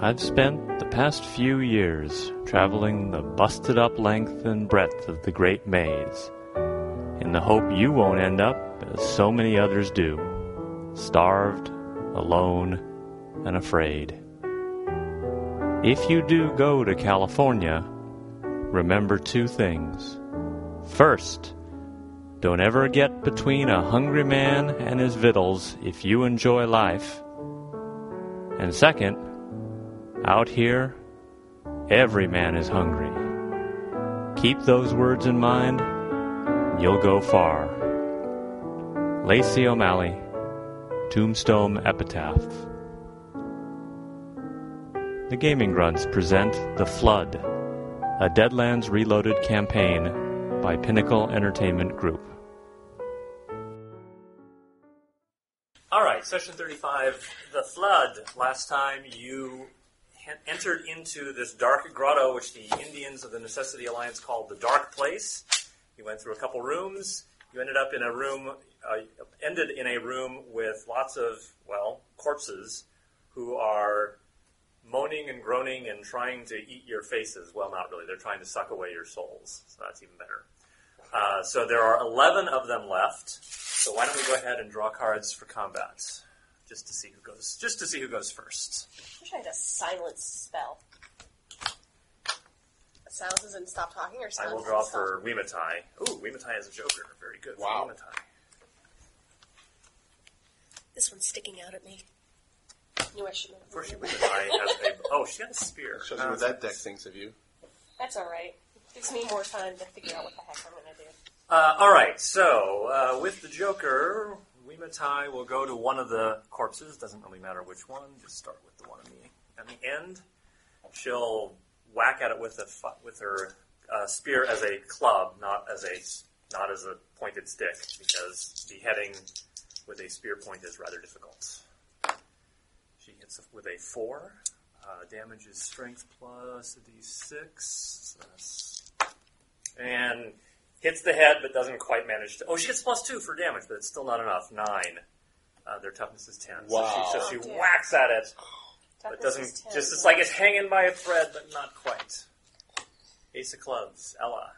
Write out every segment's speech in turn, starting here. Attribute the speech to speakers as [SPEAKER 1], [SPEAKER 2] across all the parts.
[SPEAKER 1] I've spent the past few years traveling the busted up length and breadth of the Great Maze in the hope you won't end up as so many others do starved, alone, and afraid. If you do go to California, remember two things. First, don't ever get between a hungry man and his victuals if you enjoy life. And second, out here, every man is hungry. Keep those words in mind, and you'll go far. Lacey O'Malley, Tombstone Epitaph. The Gaming Grunts present The Flood, a Deadlands Reloaded campaign by Pinnacle Entertainment Group.
[SPEAKER 2] All right, session 35, The Flood. Last time you en- entered into this dark grotto, which the Indians of the Necessity Alliance called the Dark Place. You went through a couple rooms. You ended up in a room, uh, ended in a room with lots of, well, corpses who are moaning and groaning and trying to eat your faces. Well, not really. They're trying to suck away your souls, so that's even better. Uh, so there are 11 of them left. So why don't we go ahead and draw cards for combat, just to see who goes. Just to see who goes first.
[SPEAKER 3] wish I had a silence spell. Silence is in stop talking or silence
[SPEAKER 2] I will
[SPEAKER 3] is
[SPEAKER 2] draw
[SPEAKER 3] in stop-
[SPEAKER 2] for Wimatai. Ooh, Wimatai is a joker. Very good. for
[SPEAKER 4] Wow.
[SPEAKER 2] Wimatai.
[SPEAKER 3] This one's sticking out at me. Knew I shouldn't have.
[SPEAKER 2] Of course, she Wimatai has a. Oh, she got a spear.
[SPEAKER 4] Shows you what that deck thinks of you.
[SPEAKER 3] That's alright. Gives me more time to figure out what the heck I'm gonna do.
[SPEAKER 2] Uh, all right. So uh, with the joker, Wimatai will go to one of the corpses. Doesn't really matter which one. Just start with the one on the on the end. She'll whack at it with a fu- with her uh, spear as a club, not as a not as a pointed stick, because beheading with a spear point is rather difficult. She hits with a four. Uh, damage is strength plus a d6, so that's- and hits the head, but doesn't quite manage to. Oh, she gets plus two for damage, but it's still not enough. Nine. Uh, their toughness is ten.
[SPEAKER 4] Wow.
[SPEAKER 2] So she, so she
[SPEAKER 3] Oh, dear.
[SPEAKER 2] whacks at it,
[SPEAKER 3] Toughness
[SPEAKER 2] but
[SPEAKER 3] is
[SPEAKER 2] doesn't
[SPEAKER 3] 10,
[SPEAKER 2] just it's
[SPEAKER 3] so-
[SPEAKER 2] like it's hanging by a thread, but not quite. Ace of clubs, Ella,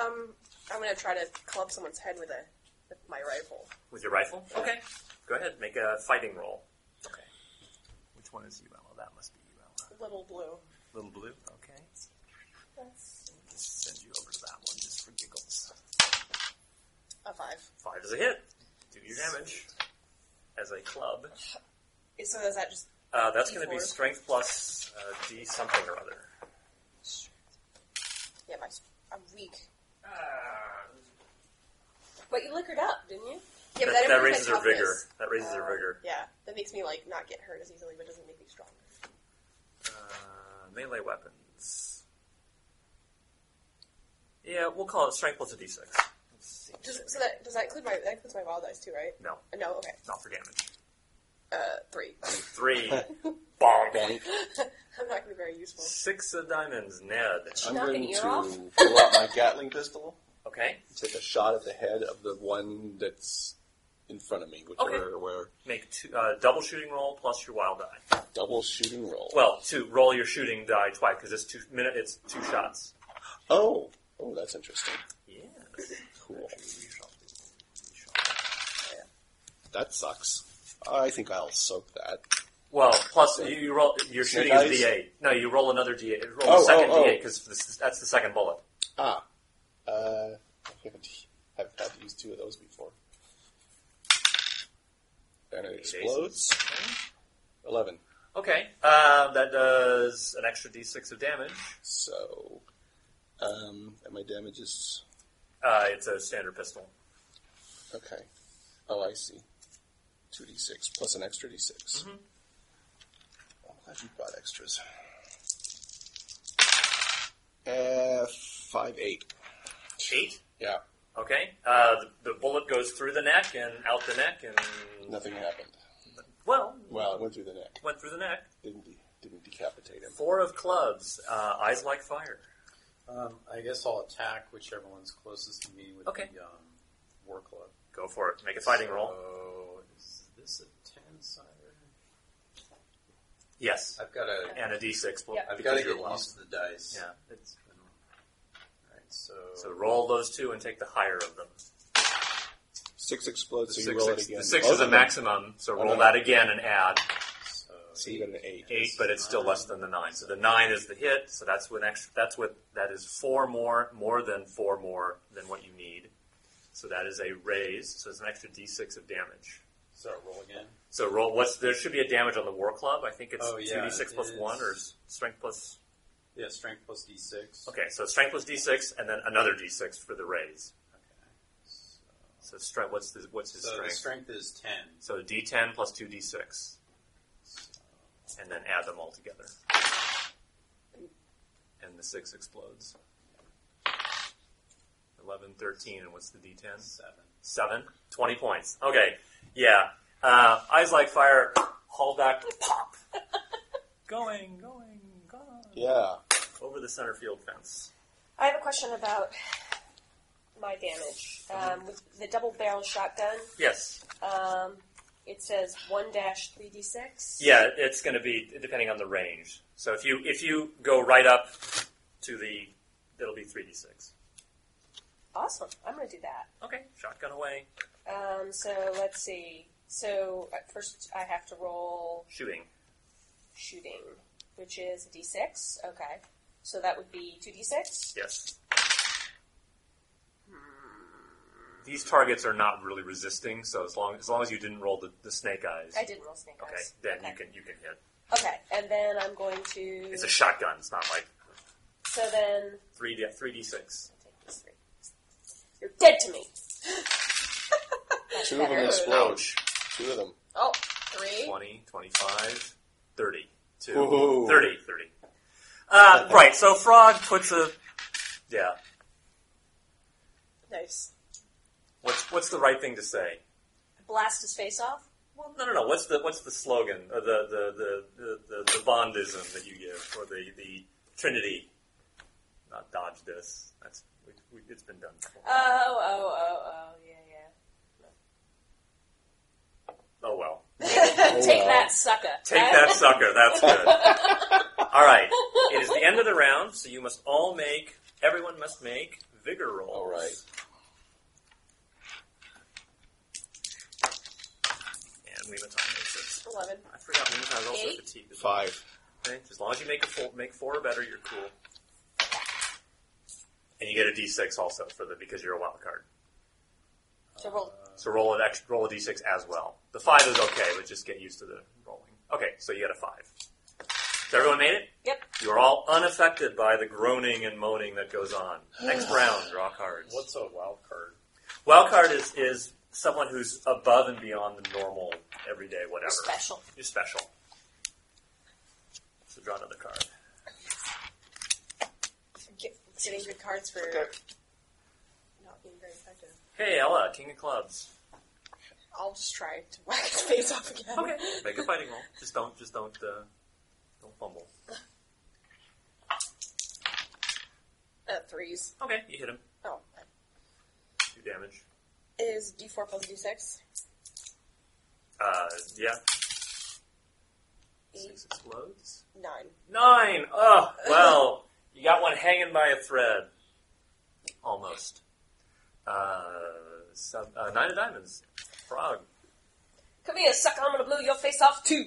[SPEAKER 3] Um, I'm gonna try to club someone's head with a with my rifle.
[SPEAKER 2] with your rifle. Okay, go ahead, make a fighting roll. Okay, which one is you, Ella? That must be you, Ella.
[SPEAKER 3] Little blue.
[SPEAKER 2] Little blue. Okay,
[SPEAKER 3] That's
[SPEAKER 2] just send you over to that one just for giggles.
[SPEAKER 3] a five.
[SPEAKER 2] Five is a hit. Do your damage as a club.
[SPEAKER 3] So is that just
[SPEAKER 2] Uh, that's going to be
[SPEAKER 3] D4.
[SPEAKER 2] strength plus uh, D something or other.
[SPEAKER 3] yeah? My I'm weak.
[SPEAKER 2] Uh,
[SPEAKER 3] But you liquored up, didn't you? Yeah,
[SPEAKER 2] that,
[SPEAKER 3] but
[SPEAKER 2] that,
[SPEAKER 3] that
[SPEAKER 2] raises her
[SPEAKER 3] her
[SPEAKER 2] vigor. That raises her vigor.
[SPEAKER 3] Yeah, that makes me like not get hurt as easily, but doesn't make me stronger.
[SPEAKER 2] Uh, melee weapons. Yeah, we'll call it strength plus a d6.
[SPEAKER 3] Does, so that does that include my that includes my wild dice too, right?
[SPEAKER 2] No,
[SPEAKER 3] Uh, No, okay.
[SPEAKER 2] not for damage.
[SPEAKER 3] Uh, three.
[SPEAKER 2] Three. Bonk.
[SPEAKER 4] Bank.
[SPEAKER 3] I'm not gonna be very useful.
[SPEAKER 2] Six of diamonds, Ned.
[SPEAKER 3] She
[SPEAKER 4] I'm
[SPEAKER 3] knock
[SPEAKER 4] going
[SPEAKER 3] an ear
[SPEAKER 4] to
[SPEAKER 3] off?
[SPEAKER 4] pull out my Gatling pistol
[SPEAKER 2] Okay,
[SPEAKER 4] and take a shot at the head of the one that's in front of me, which
[SPEAKER 2] Okay.
[SPEAKER 4] are where
[SPEAKER 2] make two, uh, double shooting roll plus your wild die.
[SPEAKER 4] double shooting roll.
[SPEAKER 2] Well, two roll your shooting die twice because it's two minute. It's two shots.
[SPEAKER 4] oh, oh, that's interesting.
[SPEAKER 2] Yes.
[SPEAKER 4] Cool. That sucks. I think I'll soak that.
[SPEAKER 2] Well, plus you, you roll. You're
[SPEAKER 4] Snake
[SPEAKER 2] shooting is
[SPEAKER 4] eyes?
[SPEAKER 2] d8. No, you roll another d8. Roll
[SPEAKER 4] Oh,
[SPEAKER 2] a second
[SPEAKER 4] oh, oh.
[SPEAKER 2] d8 because that's the second bullet.
[SPEAKER 4] Ah, uh, I haven't have had to use two of those before. And it explodes. Eleven.
[SPEAKER 2] Okay, uh, that does an extra d6 of damage.
[SPEAKER 4] So, um, and my damage is
[SPEAKER 2] Uh, it's a standard pistol.
[SPEAKER 4] Okay. Oh, I see. Two d six plus an extra d 6
[SPEAKER 2] Mm-hmm.
[SPEAKER 4] I'm glad you brought extras. Uh, five eight.
[SPEAKER 2] Eight.
[SPEAKER 4] Yeah,
[SPEAKER 2] Okay. Uh, the, the bullet goes through the neck and out the neck and
[SPEAKER 4] nothing happened.
[SPEAKER 2] well,
[SPEAKER 4] Well, it went through the neck.
[SPEAKER 2] went through the neck.
[SPEAKER 4] Didn't de- didn't decapitate him.
[SPEAKER 2] Four of clubs. Uh, eyes like fire.
[SPEAKER 5] Um, I guess I'll attack whichever one's closest to me with
[SPEAKER 2] Okay.
[SPEAKER 5] the um, war club.
[SPEAKER 2] Go for it. Make a fighting
[SPEAKER 5] so,
[SPEAKER 2] roll.
[SPEAKER 5] Is this a ten sider?
[SPEAKER 2] Yes,
[SPEAKER 5] I've got to.
[SPEAKER 2] and a d6. Well,
[SPEAKER 3] Yeah.
[SPEAKER 5] I've
[SPEAKER 2] because
[SPEAKER 5] got to
[SPEAKER 2] you're
[SPEAKER 5] get
[SPEAKER 2] low.
[SPEAKER 5] used to the dice.
[SPEAKER 2] Yeah. It's,
[SPEAKER 5] All right, so,
[SPEAKER 2] so roll those two and take the higher of them.
[SPEAKER 4] Six explodes, so
[SPEAKER 2] The
[SPEAKER 4] you
[SPEAKER 2] six,
[SPEAKER 4] roll
[SPEAKER 2] ex-
[SPEAKER 4] it again.
[SPEAKER 2] the six
[SPEAKER 4] Oh,
[SPEAKER 2] is a
[SPEAKER 4] no.
[SPEAKER 2] maximum, so roll
[SPEAKER 4] no.
[SPEAKER 2] that again and add
[SPEAKER 5] so
[SPEAKER 4] So you got an eight.
[SPEAKER 2] eight, but it's still less than the nine. So the nine is the hit. So that's what extra, that's what that is four more, more than four more than what you need. So that is a raise. So it's an extra d6 of damage.
[SPEAKER 5] so I roll again.
[SPEAKER 2] So roll. What's there should be a damage on the war club. I think it's
[SPEAKER 5] Oh, yeah,
[SPEAKER 2] two d6 plus
[SPEAKER 5] it
[SPEAKER 2] one
[SPEAKER 5] is.
[SPEAKER 2] or s- strength plus.
[SPEAKER 5] Yeah, strength plus d6.
[SPEAKER 2] Okay, so strength plus d6 and then another d6 for the raise.
[SPEAKER 5] So,
[SPEAKER 2] So strength. What's the, what's his
[SPEAKER 5] so
[SPEAKER 2] strength?
[SPEAKER 5] the strength is 10.
[SPEAKER 2] So d10 plus two d6, and then add them all together, and the six explodes. 11, 13, and what's the d10?
[SPEAKER 5] 7.
[SPEAKER 2] Seven. 20 points. Okay. Yeah. Uh, eyes like fire. Haul back. Pop. going. Going. Gone.
[SPEAKER 4] Yeah.
[SPEAKER 2] Over the center field fence.
[SPEAKER 3] I have a question about my damage. Um, with the double barrel shotgun,
[SPEAKER 2] Yes.
[SPEAKER 3] um, it says 1 dash 3d6.
[SPEAKER 2] Yeah, it's going to be depending on the range. So if you if you go right up to the, it'll be three d six.
[SPEAKER 3] Awesome. I'm going to do that.
[SPEAKER 2] Okay, shotgun away,
[SPEAKER 3] Um, so let's see. So at first I have to roll
[SPEAKER 2] shooting.
[SPEAKER 3] shooting, which is a d6. Okay. So that would be 2d6.
[SPEAKER 2] Yes. These targets are not really resisting, so as long as long as you didn't roll the, the snake eyes,
[SPEAKER 3] I did roll snake
[SPEAKER 2] okay,
[SPEAKER 3] eyes.
[SPEAKER 2] then
[SPEAKER 3] okay.
[SPEAKER 2] you can you can hit.
[SPEAKER 3] Okay, and then I'm going to.
[SPEAKER 2] It's a shotgun. It's not like
[SPEAKER 3] so then
[SPEAKER 2] three d three d six.
[SPEAKER 3] Take these three. You're dead to me. That's
[SPEAKER 4] Two of them
[SPEAKER 3] better.
[SPEAKER 4] explode. Two of them.
[SPEAKER 3] Oh, three.
[SPEAKER 2] 20, 25, 30, two,
[SPEAKER 4] Ooh.
[SPEAKER 2] 30, 30. Uh, right, so Frog puts a. Yeah.
[SPEAKER 3] Nice.
[SPEAKER 2] What's, what's the right thing to say?
[SPEAKER 3] Blast his face off.
[SPEAKER 2] Well, no, no, no. What's the what's the slogan? Uh, the, the, the, the, the the Bondism that you give, or the the Trinity? Not dodge this. That's we, we, it's been done before.
[SPEAKER 3] Oh, oh, oh, oh, yeah,
[SPEAKER 2] oh well,
[SPEAKER 3] yeah. Take
[SPEAKER 4] wow.
[SPEAKER 3] that, sucker.
[SPEAKER 2] take
[SPEAKER 4] Uh,
[SPEAKER 2] that sucker. That's good. all right. It is the end of the round, so you must all make. Everyone must make vigor rolls.
[SPEAKER 4] All right.
[SPEAKER 2] And we must all make six.
[SPEAKER 3] Eleven.
[SPEAKER 2] I forgot we must all roll
[SPEAKER 3] Eight.
[SPEAKER 2] for fatigue. as well.
[SPEAKER 4] Five.
[SPEAKER 2] Okay, as long as you make a full, make four or better, you're cool. And you get a d6 also for the because you're a wild card.
[SPEAKER 3] So roll.
[SPEAKER 2] So roll an extra, roll a d6 as well. The five is okay, but just get used to the rolling. Okay, so you got a five. So everyone made it.
[SPEAKER 3] Yep.
[SPEAKER 2] You are all unaffected by the groaning and moaning that goes on. Next round, draw cards.
[SPEAKER 5] What's a wild card?
[SPEAKER 2] Wild card is is someone who's above and beyond the normal, everyday whatever.
[SPEAKER 3] Special.
[SPEAKER 2] You're special. So draw another card.
[SPEAKER 3] Get, getting good cards for not being very effective.
[SPEAKER 2] Hey, Ella, King of Clubs.
[SPEAKER 3] I'll just try to whack his face off again.
[SPEAKER 2] Okay. Make a fighting roll. Just don't, just don't, uh, don't fumble.
[SPEAKER 3] Uh, threes.
[SPEAKER 2] Okay. You hit him.
[SPEAKER 3] Oh,
[SPEAKER 2] Two damage.
[SPEAKER 3] is D4 plus D6?
[SPEAKER 2] Uh, yeah.
[SPEAKER 3] Eight,
[SPEAKER 2] Six explodes.
[SPEAKER 3] nine.
[SPEAKER 2] Nine. Oh, well, you got one hanging by a thread. Almost. Uh, sub, uh nine of diamonds. Frog.
[SPEAKER 3] Come here, sucker! I'm gonna blow your face off too.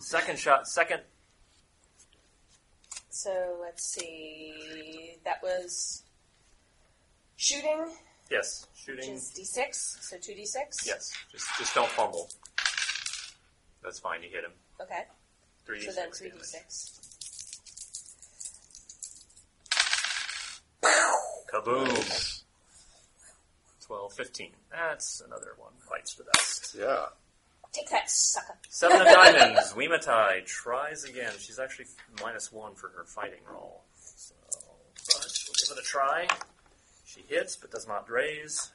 [SPEAKER 2] Second shot. Second.
[SPEAKER 3] So let's see. That was shooting,
[SPEAKER 2] Yes.
[SPEAKER 3] which
[SPEAKER 2] Shooting.
[SPEAKER 3] is d6, so 2d6.
[SPEAKER 2] Yes. Just, just don't fumble. That's fine. You hit him.
[SPEAKER 3] Okay.
[SPEAKER 2] Three.
[SPEAKER 3] So then
[SPEAKER 2] six damage.
[SPEAKER 3] 3d6.
[SPEAKER 2] Kaboom. 12, 15. That's another one. Bites the dust.
[SPEAKER 4] Yeah.
[SPEAKER 3] Take that, sucker.
[SPEAKER 2] Seven of diamonds. Wimatai tries again. She's actually minus one for her fighting roll. So, but we'll give it a try. She hits, but does not raise.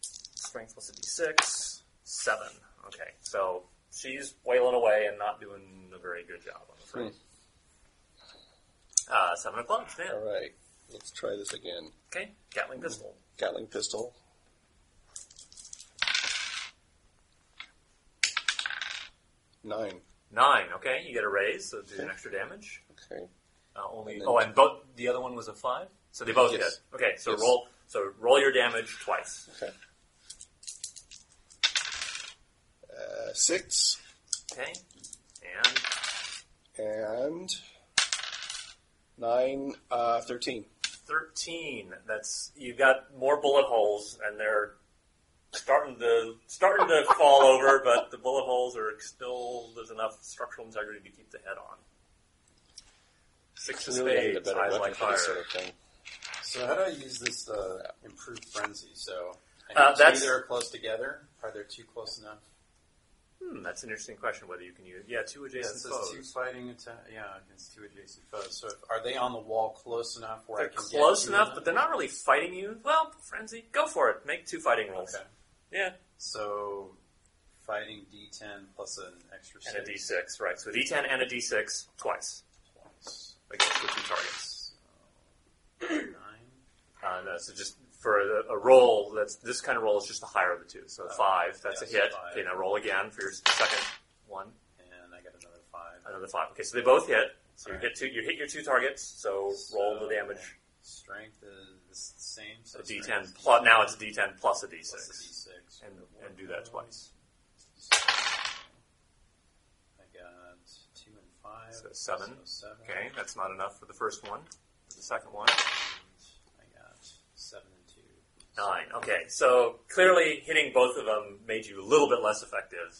[SPEAKER 2] Strength plus a d6. Seven. Okay, so she's wailing away and not doing a very good job, I'm afraid. Uh, seven of clubs, yeah.
[SPEAKER 4] Hmm. All right. Let's try this again.
[SPEAKER 2] Okay, Gatling pistol.
[SPEAKER 4] Gatling pistol. Nine.
[SPEAKER 2] Nine. Okay, you get a raise, so do an extra damage.
[SPEAKER 4] Okay.
[SPEAKER 2] Uh, only.
[SPEAKER 4] And then
[SPEAKER 2] Oh,
[SPEAKER 4] two.
[SPEAKER 2] and both the other one was a five, so they both
[SPEAKER 4] Yes.
[SPEAKER 2] hit. Okay, so
[SPEAKER 4] Yes.
[SPEAKER 2] roll. So roll your damage twice.
[SPEAKER 4] Okay. Uh, six
[SPEAKER 2] Okay, and
[SPEAKER 4] and nine, uh, 13.
[SPEAKER 2] 13. That's you've got more bullet holes, and they're starting to starting to fall over, but the bullet holes are still there's enough structural integrity to keep the head on. Six of
[SPEAKER 4] Really need a
[SPEAKER 2] spades,
[SPEAKER 4] better
[SPEAKER 2] eyes
[SPEAKER 4] weapon
[SPEAKER 2] like
[SPEAKER 4] for
[SPEAKER 2] fire.
[SPEAKER 4] this sort of thing.
[SPEAKER 5] So how do I use this uh, improved frenzy? So I
[SPEAKER 2] Uh,
[SPEAKER 5] know two
[SPEAKER 2] that's-
[SPEAKER 5] that are close together. Are they too close enough?
[SPEAKER 2] Hmm, that's an interesting question. Whether you can use yeah two
[SPEAKER 5] Yeah, it
[SPEAKER 2] adjacent
[SPEAKER 5] says two
[SPEAKER 2] foes.
[SPEAKER 5] fighting attack. Yeah, against two adjacent foes. So if, are they on the wall close enough where
[SPEAKER 2] They're
[SPEAKER 5] I can
[SPEAKER 2] close
[SPEAKER 5] get to
[SPEAKER 2] enough,
[SPEAKER 5] them?
[SPEAKER 2] but they're not really fighting you. Well, frenzy, go for it. Make two fighting rolls.
[SPEAKER 5] Okay.
[SPEAKER 2] Yeah,
[SPEAKER 5] So fighting D10 plus an extra
[SPEAKER 2] and a
[SPEAKER 5] six.
[SPEAKER 2] d6, right? So a d10 and a d6 twice against the two targets.
[SPEAKER 5] Nine.
[SPEAKER 2] Uh, no, so just for a, a roll, that's this kind of roll is just the higher of the two. So
[SPEAKER 5] Oh,
[SPEAKER 2] five, that's a
[SPEAKER 5] yeah, so
[SPEAKER 2] hit.
[SPEAKER 5] five.
[SPEAKER 2] Okay, now roll again for your second one,
[SPEAKER 5] And I got another five.
[SPEAKER 2] another five. Okay, so they both hit. So you
[SPEAKER 5] Alright.
[SPEAKER 2] hit two. You hit your two targets. So roll the
[SPEAKER 5] So-
[SPEAKER 2] damage.
[SPEAKER 5] Strength is the same. So
[SPEAKER 2] A
[SPEAKER 5] strength
[SPEAKER 2] D10
[SPEAKER 5] is
[SPEAKER 2] plus. Now it's a D10 plus a D6,
[SPEAKER 5] plus a D6.
[SPEAKER 2] and and do that twice.
[SPEAKER 5] So I got two and five.
[SPEAKER 2] So seven.
[SPEAKER 5] so seven.
[SPEAKER 2] Okay, that's not enough for the first one. The second one,
[SPEAKER 5] I got seven and two.
[SPEAKER 2] nine. Okay, so clearly hitting both of them made you a little bit less effective,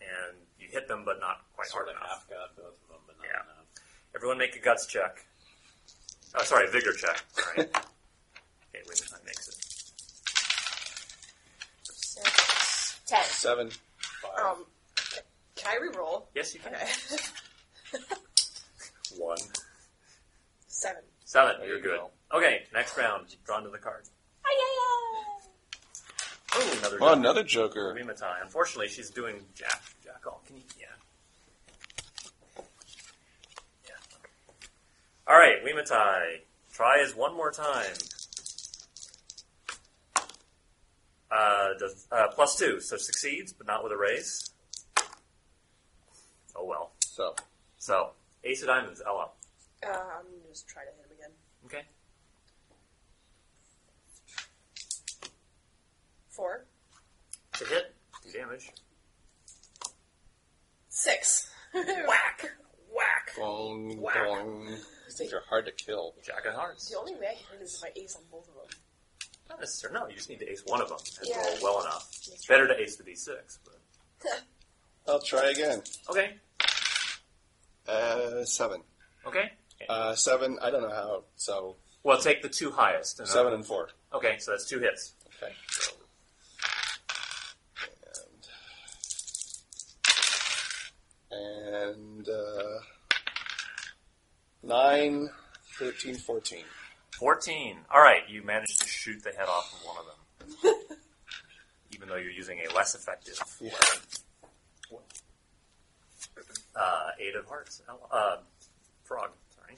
[SPEAKER 2] and you hit them, but not quite
[SPEAKER 5] Sort
[SPEAKER 2] hard
[SPEAKER 5] of
[SPEAKER 2] enough.
[SPEAKER 5] half got both of them, but not
[SPEAKER 2] Yeah.
[SPEAKER 5] enough.
[SPEAKER 2] Everyone make a guts check. Oh, sorry, vigor check. Sorry. okay, wait a minute, makes it.
[SPEAKER 3] Six. Ten.
[SPEAKER 4] Seven.
[SPEAKER 5] Five.
[SPEAKER 3] Um, can I reroll?
[SPEAKER 2] Yes, you can.
[SPEAKER 3] Okay.
[SPEAKER 2] One.
[SPEAKER 3] Seven.
[SPEAKER 2] Seven,
[SPEAKER 4] There
[SPEAKER 2] you're
[SPEAKER 4] you
[SPEAKER 2] good.
[SPEAKER 4] go.
[SPEAKER 2] Okay, next round. Drawn to the card.
[SPEAKER 3] Hi,
[SPEAKER 2] Oh, another
[SPEAKER 4] Well,
[SPEAKER 2] joker.
[SPEAKER 4] another Joker.
[SPEAKER 2] Rima Tai. Unfortunately, she's doing Jack. Jack all. Can you? Yeah. Yeah. All right, Wimatai. Try is one more time. Uh, does, uh, plus two, so succeeds, but not with a raise. Oh well.
[SPEAKER 4] So,
[SPEAKER 2] So, Ace of Diamonds, Ella.
[SPEAKER 3] yeah. Uh, I'm gonna just try to hit him again.
[SPEAKER 2] Okay.
[SPEAKER 3] Four.
[SPEAKER 2] To hit, do damage.
[SPEAKER 3] Six. Whack. Whack.
[SPEAKER 4] boing,
[SPEAKER 3] Whack.
[SPEAKER 4] boing. These things are hard to kill.
[SPEAKER 2] Jack of Hearts.
[SPEAKER 3] The only way I hit him is if I ace on both of them.
[SPEAKER 2] Not necessarily. No, you just need to ace one of them and
[SPEAKER 3] Yeah.
[SPEAKER 2] roll well enough. It's better to ace the d6. But...
[SPEAKER 4] I'll try again.
[SPEAKER 2] Okay.
[SPEAKER 4] Uh, seven.
[SPEAKER 2] Okay.
[SPEAKER 4] Uh, seven, I don't know how, so
[SPEAKER 2] Well, take the two highest. And uh,
[SPEAKER 4] seven and four.
[SPEAKER 2] Okay, so that's two hits.
[SPEAKER 4] Okay. And, and uh, 9, 13, 14.
[SPEAKER 2] 14. All right, you managed to shoot the head off of one of them. Even though you're using a less effective.
[SPEAKER 4] Yeah.
[SPEAKER 2] Uh, eight of hearts. Uh, frog, sorry.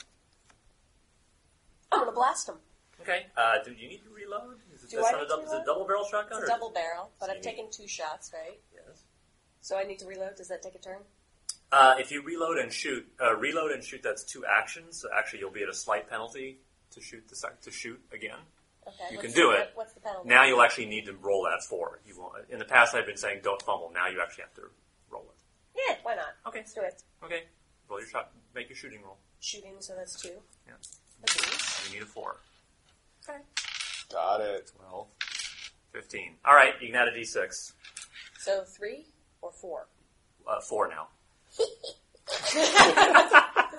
[SPEAKER 3] I'm gonna blast him.
[SPEAKER 2] Okay, uh, do you need to reload? Is it,
[SPEAKER 3] Do
[SPEAKER 2] that's
[SPEAKER 3] I
[SPEAKER 2] not
[SPEAKER 3] need
[SPEAKER 2] a,
[SPEAKER 3] to
[SPEAKER 2] dou- is it a
[SPEAKER 3] reload?
[SPEAKER 2] double barrel shotgun?
[SPEAKER 3] It's a
[SPEAKER 2] or-
[SPEAKER 3] double barrel, but
[SPEAKER 2] So
[SPEAKER 3] I've
[SPEAKER 2] you need-
[SPEAKER 3] taken two shots, right?
[SPEAKER 2] Yes.
[SPEAKER 3] So I need to reload. Does that take a turn?
[SPEAKER 2] Uh, if you reload and shoot, uh, reload and shoot. That's two actions. So actually, you'll be at a slight penalty to shoot the sec- to shoot again.
[SPEAKER 3] Okay.
[SPEAKER 2] You
[SPEAKER 3] what's
[SPEAKER 2] can
[SPEAKER 3] the-
[SPEAKER 2] do
[SPEAKER 3] what-
[SPEAKER 2] it.
[SPEAKER 3] What's the penalty?
[SPEAKER 2] Now you'll actually need to roll that four. You won't, in the past, I've been saying don't fumble. Now you actually have to roll it.
[SPEAKER 3] Yeah. Why not?
[SPEAKER 2] Okay.
[SPEAKER 3] Let's do it.
[SPEAKER 2] Okay. Roll your shot. Make your shooting roll.
[SPEAKER 3] Shooting. So that's two.
[SPEAKER 2] Yeah.
[SPEAKER 3] Okay.
[SPEAKER 2] You need a four.
[SPEAKER 4] Got it.
[SPEAKER 2] Twelve. Fifteen. All right. You can add a d6.
[SPEAKER 3] So three or four.
[SPEAKER 2] Uh, four now.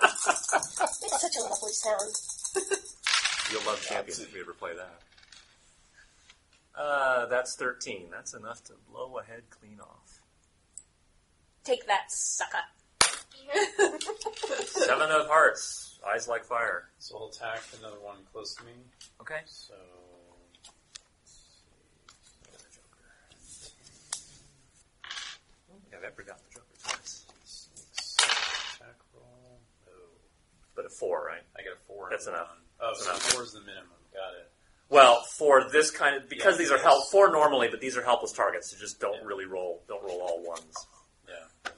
[SPEAKER 3] It's such a lovely sound.
[SPEAKER 2] You'll love champions if we ever play that. Uh, that's thirteen. That's enough to blow a head clean off.
[SPEAKER 3] Take that, sucker.
[SPEAKER 2] Seven of hearts. Eyes like fire.
[SPEAKER 5] So I'll attack another one close to me.
[SPEAKER 2] Okay.
[SPEAKER 5] So. let's see.
[SPEAKER 2] Yeah, that forgot the Joker twice.
[SPEAKER 5] Six. Attack roll. No.
[SPEAKER 2] But a four, right?
[SPEAKER 5] I got a four.
[SPEAKER 2] That's
[SPEAKER 5] and a
[SPEAKER 2] enough.
[SPEAKER 5] one. Oh,
[SPEAKER 2] That's
[SPEAKER 5] so
[SPEAKER 2] enough.
[SPEAKER 5] four is the minimum. Got it.
[SPEAKER 2] Well, for this kind of because
[SPEAKER 5] Yeah.
[SPEAKER 2] these are help four normally, but these are helpless targets, so just don't
[SPEAKER 5] Yeah.
[SPEAKER 2] really roll. Don't roll all ones.
[SPEAKER 5] Yeah.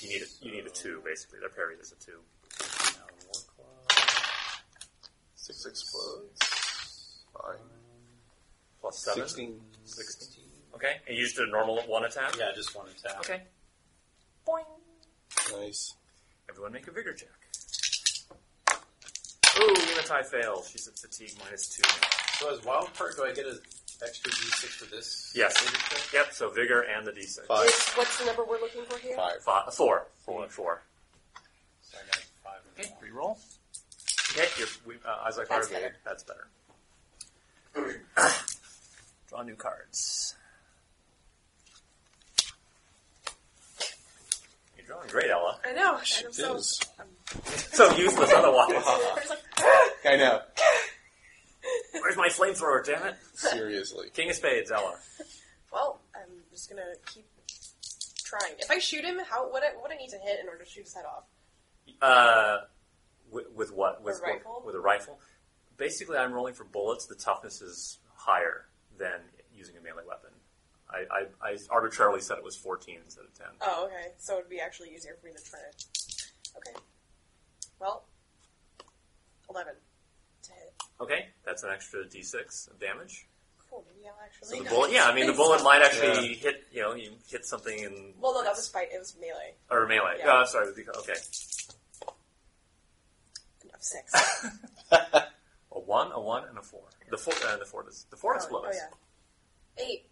[SPEAKER 2] You need a, you need a two, basically. Their parry is a two.
[SPEAKER 5] Now, Warclaw.
[SPEAKER 4] Six explodes. Fine.
[SPEAKER 2] Plus seven.
[SPEAKER 4] Sixteen.
[SPEAKER 2] Sixteen. Okay, and you just did a normal one attack?
[SPEAKER 5] Yeah, just one attack.
[SPEAKER 2] Okay. Boing.
[SPEAKER 4] Nice.
[SPEAKER 2] Everyone make a vigor check. Ooh, Unitai fails. She's at fatigue minus two.
[SPEAKER 5] So as wild card, do I get an extra d6 for this?
[SPEAKER 2] Yes. Yep, so vigor and the d6.
[SPEAKER 4] Five.
[SPEAKER 3] Is, what's the number we're looking for here?
[SPEAKER 4] Five.
[SPEAKER 2] Fi- four. Four. Four.
[SPEAKER 5] So I got five.
[SPEAKER 2] Okay, reroll. Okay, you're, we, uh, Isaac
[SPEAKER 3] That's
[SPEAKER 2] Harvey,
[SPEAKER 3] better.
[SPEAKER 2] That's better. Draw new cards. You're drawing great, Ella.
[SPEAKER 3] I know.
[SPEAKER 4] She
[SPEAKER 3] and I'm so,
[SPEAKER 4] is.
[SPEAKER 2] So useless otherwise.
[SPEAKER 3] it's like, "Ah!"
[SPEAKER 4] I know.
[SPEAKER 2] Where's my flamethrower, damn it?
[SPEAKER 4] Seriously.
[SPEAKER 2] King of Spades, Ella.
[SPEAKER 3] well, I'm just gonna keep trying. If I shoot him, how what I, what I need to hit in order to shoot his head off?
[SPEAKER 2] Uh, with, with what? With
[SPEAKER 3] A rifle?
[SPEAKER 2] With a rifle. Basically, I'm rolling for bullets. The toughness is higher than using a melee weapon. I, I, I arbitrarily said it was 14 instead of 10.
[SPEAKER 3] Oh, okay. So it'd be actually easier for me to try to. Okay. Well, eleven to hit.
[SPEAKER 2] Okay, that's an extra d6 of damage.
[SPEAKER 3] Cool. Maybe I'll actually.
[SPEAKER 2] So the bullet, yeah, I mean the bullet might actually hit. You know, you hit something in
[SPEAKER 3] Well, no, that was fight. It was melee.
[SPEAKER 2] or melee.
[SPEAKER 3] Yeah.
[SPEAKER 2] Oh, sorry. the- Okay,
[SPEAKER 3] Of six.
[SPEAKER 2] a one, a one, and a four. The four, uh, the four does the four
[SPEAKER 3] oh, oh
[SPEAKER 2] explodes.
[SPEAKER 3] yeah. Eight.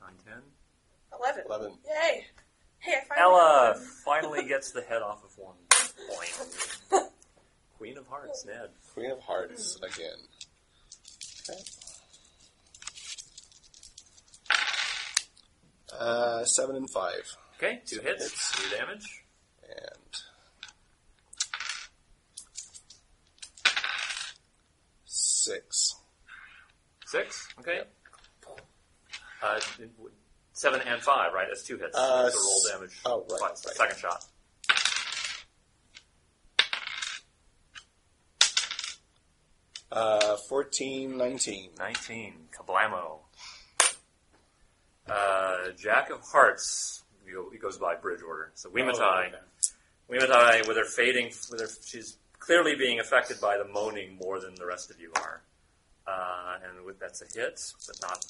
[SPEAKER 2] Nine, ten.
[SPEAKER 3] Eleven.
[SPEAKER 4] Eleven.
[SPEAKER 3] Yay! Hey, I finally.
[SPEAKER 2] Ella finally gets the head off of one. Boing. Queen of Hearts, Ned.
[SPEAKER 4] Queen of Hearts
[SPEAKER 3] Hmm.
[SPEAKER 4] again. Okay. Uh, seven and five.
[SPEAKER 2] Okay, two hits, two damage.
[SPEAKER 4] And six.
[SPEAKER 2] Six. Okay. Uh, seven and five, right? That's two hits.
[SPEAKER 4] Uh,
[SPEAKER 2] so roll damage.
[SPEAKER 4] oh, right,
[SPEAKER 2] Twice.
[SPEAKER 4] right.
[SPEAKER 2] Second shot.
[SPEAKER 4] Uh, 14, 19.
[SPEAKER 2] 19. Kablamo. Uh, Jack of Hearts. He go- He goes by bridge order. So Wimatai.
[SPEAKER 5] okay.
[SPEAKER 2] Wimatai, with her fading, with her, she's clearly being affected by the moaning more than the rest of you are. Uh, and with, that's a hit, but not.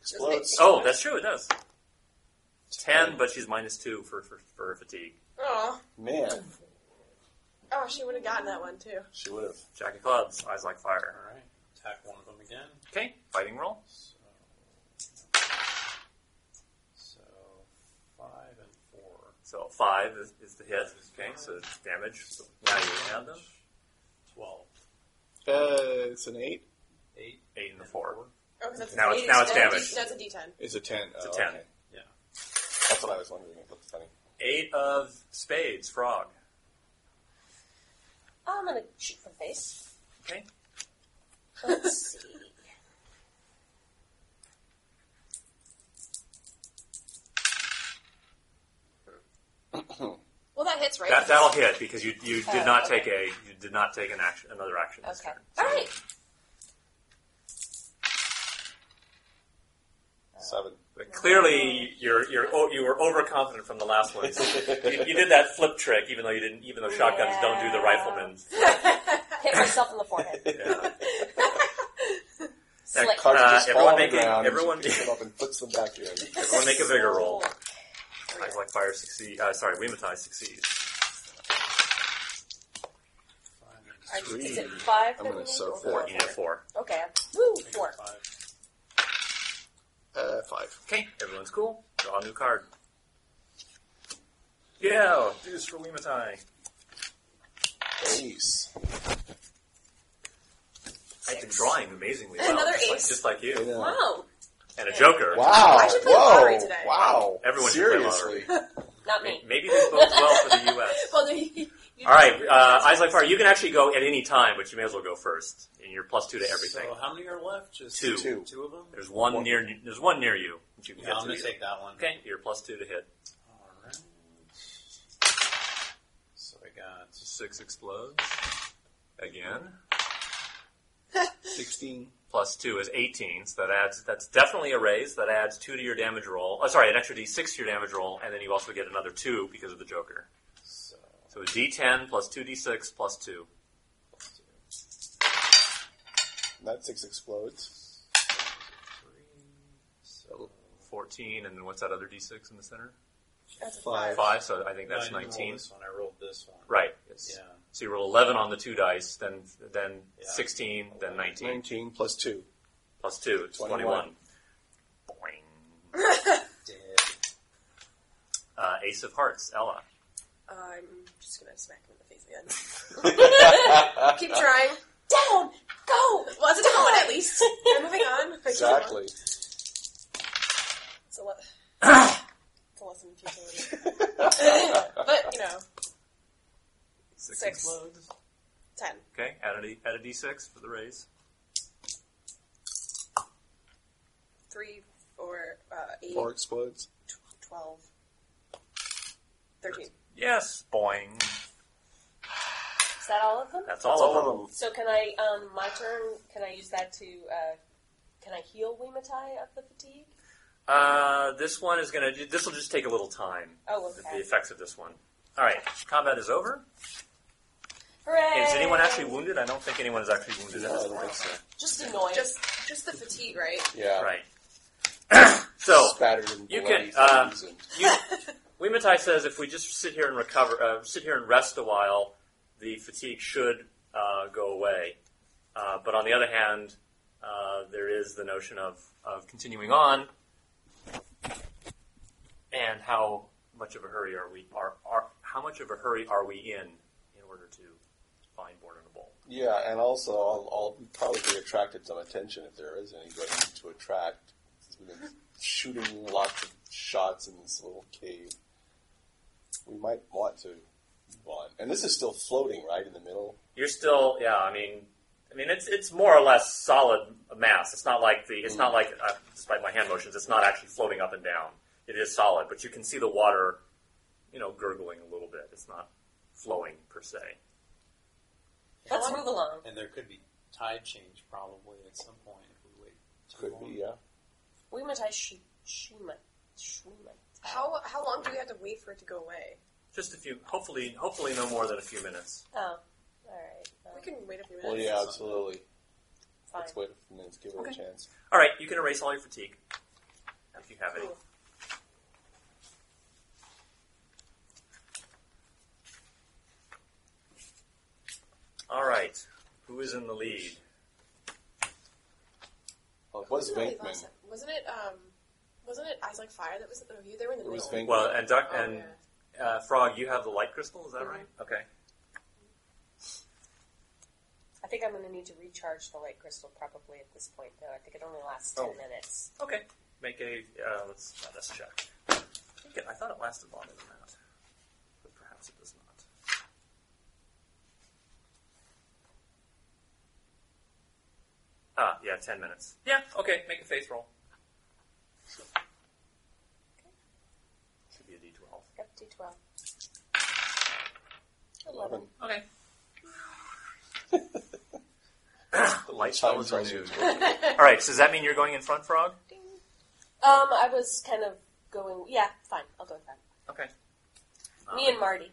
[SPEAKER 4] Explodes.
[SPEAKER 2] Oh, that's true. It does. Ten, but she's minus two for for, for fatigue.
[SPEAKER 3] Oh,
[SPEAKER 4] Man,
[SPEAKER 3] oh, she would have gotten that one too.
[SPEAKER 4] she would have.
[SPEAKER 2] Jack of Clubs, eyes like
[SPEAKER 5] All
[SPEAKER 2] fire.
[SPEAKER 5] right. Attack one of them again.
[SPEAKER 2] Okay, fighting roll.
[SPEAKER 5] So, so five and four.
[SPEAKER 2] So five is, is the hit. Okay, so damage. So now you add them.
[SPEAKER 5] Twelve.
[SPEAKER 4] Uh, it's an eight.
[SPEAKER 5] Eight.
[SPEAKER 2] Eight and the four.
[SPEAKER 3] Oh, 'cause that's
[SPEAKER 2] Now
[SPEAKER 3] an
[SPEAKER 2] it's-
[SPEAKER 3] eight,
[SPEAKER 2] now
[SPEAKER 3] that's
[SPEAKER 2] it's
[SPEAKER 3] a D-
[SPEAKER 2] damaged.
[SPEAKER 3] That's a D ten.
[SPEAKER 4] It's a ten.
[SPEAKER 2] It's a
[SPEAKER 4] Oh,
[SPEAKER 2] 10.
[SPEAKER 4] okay.
[SPEAKER 5] Yeah.
[SPEAKER 4] That's what I was wondering. It looked funny.
[SPEAKER 2] Eight of spades, frog.
[SPEAKER 6] Oh,
[SPEAKER 3] I'm gonna shoot from face.
[SPEAKER 2] Okay.
[SPEAKER 3] Let's see. well, that hits right.
[SPEAKER 2] That that'll hit because you you did
[SPEAKER 3] Oh,
[SPEAKER 2] not
[SPEAKER 3] okay.
[SPEAKER 2] take a you did not take an action another action. this
[SPEAKER 3] Okay.
[SPEAKER 2] turn.
[SPEAKER 3] All right.
[SPEAKER 4] Seven.
[SPEAKER 2] But clearly, you're you're oh, you were overconfident from the last one. So you, you did that flip trick, even though you didn't. Even though shotguns don't do the
[SPEAKER 3] Yeah.
[SPEAKER 2] rifleman.
[SPEAKER 6] Hit myself in the forehead.
[SPEAKER 2] Yeah. Uh,
[SPEAKER 6] Slick.
[SPEAKER 4] Cards just
[SPEAKER 2] everyone
[SPEAKER 4] fall on the
[SPEAKER 2] make a-
[SPEAKER 4] ground. and she
[SPEAKER 2] everyone-
[SPEAKER 4] picks them up and puts them back in.
[SPEAKER 2] Everyone make a vigor roll.
[SPEAKER 3] There we
[SPEAKER 2] Eyes
[SPEAKER 3] go.
[SPEAKER 2] like fire succeed. Uh, sorry, Wimatai succeeds.
[SPEAKER 5] Five
[SPEAKER 3] I-
[SPEAKER 5] and
[SPEAKER 3] Is
[SPEAKER 4] Three.
[SPEAKER 3] it five? that
[SPEAKER 4] I'm gonna
[SPEAKER 3] we need?
[SPEAKER 4] sew
[SPEAKER 3] Or
[SPEAKER 4] four.
[SPEAKER 2] You need a four.
[SPEAKER 3] Okay. Woo,
[SPEAKER 5] six,
[SPEAKER 3] four.
[SPEAKER 5] Five.
[SPEAKER 4] Uh, five.
[SPEAKER 2] Okay, everyone's cool. Draw a new card. Yeah, do this for Wimatai.
[SPEAKER 4] Ace.
[SPEAKER 2] I've been drawing amazingly well.
[SPEAKER 3] Another
[SPEAKER 2] just, Like,
[SPEAKER 3] ace.
[SPEAKER 2] just like you.
[SPEAKER 4] Yeah.
[SPEAKER 3] Wow.
[SPEAKER 2] And a joker.
[SPEAKER 4] Wow.
[SPEAKER 3] I should play lottery
[SPEAKER 4] Whoa.
[SPEAKER 3] today.
[SPEAKER 4] Wow.
[SPEAKER 2] Everyone should play
[SPEAKER 4] Seriously.
[SPEAKER 6] Not
[SPEAKER 2] May-
[SPEAKER 6] me.
[SPEAKER 2] Maybe this bodes well for the U.S.
[SPEAKER 3] Well, you, you
[SPEAKER 2] All right, uh, Eyes Like Fire, you can actually go at any time, but you may as well go first. And you're plus two to everything.
[SPEAKER 5] So how many are left? Just
[SPEAKER 2] Two.
[SPEAKER 4] Two.
[SPEAKER 5] Two of them.
[SPEAKER 2] There's one
[SPEAKER 4] One.
[SPEAKER 2] near there's one near you that you can
[SPEAKER 5] Yeah,
[SPEAKER 2] get
[SPEAKER 5] I'm gonna
[SPEAKER 2] to.
[SPEAKER 5] take that one.
[SPEAKER 2] Okay, you're plus two to hit.
[SPEAKER 5] All right. So I got
[SPEAKER 2] Six explodes. Again.
[SPEAKER 4] 16.
[SPEAKER 2] plus two is 18, so that adds, that's definitely a raise. That adds two to your damage roll. Oh, sorry, an extra d6 to your damage roll, and then you also get another two because of the Joker.
[SPEAKER 5] So,
[SPEAKER 2] So a d10 plus two d6 plus two.
[SPEAKER 5] plus two,
[SPEAKER 4] That 6 explodes.
[SPEAKER 2] Three, so 14, and then what's that other d6 in the center?
[SPEAKER 3] That's a five.
[SPEAKER 4] Five.
[SPEAKER 2] Five, so I think
[SPEAKER 5] No, I
[SPEAKER 2] that's
[SPEAKER 5] didn't roll
[SPEAKER 2] 19.
[SPEAKER 5] This one, I rolled this one.
[SPEAKER 2] Right. Yes.
[SPEAKER 5] Yeah.
[SPEAKER 2] So you roll 11 on the two dice, then then
[SPEAKER 5] Yeah.
[SPEAKER 2] 16, then 19,
[SPEAKER 4] 19 plus 2.
[SPEAKER 2] plus 2, it's 21.
[SPEAKER 4] 21.
[SPEAKER 2] Boing.
[SPEAKER 5] Dead.
[SPEAKER 2] Uh, Ace of Hearts, Ella.
[SPEAKER 3] Uh, I'm just gonna smack him in the face again. Keep trying. Down. Go. Well, it's a different one at least. We're moving on.
[SPEAKER 4] Exactly.
[SPEAKER 3] It's a, le- it's a lesson in futility. but you know,
[SPEAKER 2] Six.
[SPEAKER 3] Six.
[SPEAKER 2] explodes.
[SPEAKER 3] ten.
[SPEAKER 2] Okay, add a, D- add a d6 for the raise.
[SPEAKER 3] Three, four, uh, eight,
[SPEAKER 4] 4 explodes.
[SPEAKER 3] tw- twelve, thirteen.
[SPEAKER 2] Yes, boing.
[SPEAKER 6] Is that all of them?
[SPEAKER 2] That's all,
[SPEAKER 4] all
[SPEAKER 2] of,
[SPEAKER 4] of
[SPEAKER 2] them.
[SPEAKER 6] So can I, um, my turn, can I use that to, uh, can I heal Weimatai of the fatigue?
[SPEAKER 2] Uh, this one is gonna. This will just take a little time.
[SPEAKER 6] Oh,
[SPEAKER 2] the-
[SPEAKER 6] okay.
[SPEAKER 2] The effects of this one. All right, combat is over.
[SPEAKER 6] Hooray!
[SPEAKER 2] Is anyone actually wounded? I don't think anyone is actually wounded.
[SPEAKER 4] No, I don't think so.
[SPEAKER 6] Just annoying.
[SPEAKER 3] Just, just the fatigue, right?
[SPEAKER 4] Yeah.
[SPEAKER 2] Right. so
[SPEAKER 4] Spattered in
[SPEAKER 2] you
[SPEAKER 4] bloody
[SPEAKER 2] can, uh,
[SPEAKER 4] things and-
[SPEAKER 2] You, Wimatai says if we just sit here and recover, uh, sit here and rest a while, the fatigue should uh, go away. Uh, but on the other hand, uh, there is the notion of, of continuing on, and how much of a hurry are we are, are how much of a hurry are we in in order to find born in a bowl?
[SPEAKER 4] Yeah, and also I'll, I'll probably attracted some attention if there is anybody to attract. We've been shooting lots of shots in this little cave. We might want to move on. And this is still floating, right, in the middle?
[SPEAKER 2] You're still yeah. I mean. I mean, it's it's more or less solid mass. It's not like the it's not like uh, despite my hand motions, it's not actually floating up and down. It is solid, but you can see the water, you know, gurgling a little bit. It's not flowing per se.
[SPEAKER 6] Let's move along.
[SPEAKER 5] And there could be tide change probably at some point if we wait too
[SPEAKER 4] Could
[SPEAKER 5] long.
[SPEAKER 4] be, yeah.
[SPEAKER 6] Weimatai Shi- Shima. Shima.
[SPEAKER 3] How, how long do we have to wait for it to go away?
[SPEAKER 2] Just a few, hopefully, hopefully no more than a few minutes.
[SPEAKER 6] Oh, alright.
[SPEAKER 3] We can wait a few minutes.
[SPEAKER 4] Well, yeah, absolutely.
[SPEAKER 6] fine.
[SPEAKER 4] Let's wait a few minutes, give her a
[SPEAKER 2] Okay.
[SPEAKER 4] chance.
[SPEAKER 2] All right, you can erase all your fatigue if you have any.
[SPEAKER 3] Cool.
[SPEAKER 2] All right, who is in the lead?
[SPEAKER 4] Well, it was
[SPEAKER 3] Wasn't it
[SPEAKER 4] Winkman.
[SPEAKER 3] last time? Wasn't it um, wasn't it Eyes Like Fire that was? Oh, you they were in the
[SPEAKER 4] It was
[SPEAKER 3] middle.
[SPEAKER 4] Winkman.
[SPEAKER 2] Well, and Duck
[SPEAKER 3] Oh,
[SPEAKER 2] and
[SPEAKER 3] yeah. Mm-hmm.
[SPEAKER 2] Uh, Frog, you have the light crystal, is that
[SPEAKER 6] Mhm.
[SPEAKER 2] right? Okay.
[SPEAKER 6] I think I'm going to need to recharge the light crystal probably at this point, though. I think it only lasts 10
[SPEAKER 2] Oh.
[SPEAKER 6] minutes.
[SPEAKER 2] Okay. Make a, uh, let's, uh, let's check. I, think it, I thought it lasted longer than that. But perhaps it does not. Ah, yeah, 10 minutes. Yeah, okay, make a faith roll. Should be a d12.
[SPEAKER 6] Up to 12. 11.
[SPEAKER 4] Eleven.
[SPEAKER 2] Okay. the light spell
[SPEAKER 4] Time's
[SPEAKER 2] is
[SPEAKER 4] right.
[SPEAKER 2] renewed. Alright, so does that mean you're going in front, Frog?
[SPEAKER 6] Um, I was kind of going, yeah, fine. I'll go with that.
[SPEAKER 2] Okay.
[SPEAKER 6] Me
[SPEAKER 2] Uh-huh.
[SPEAKER 6] and Marty.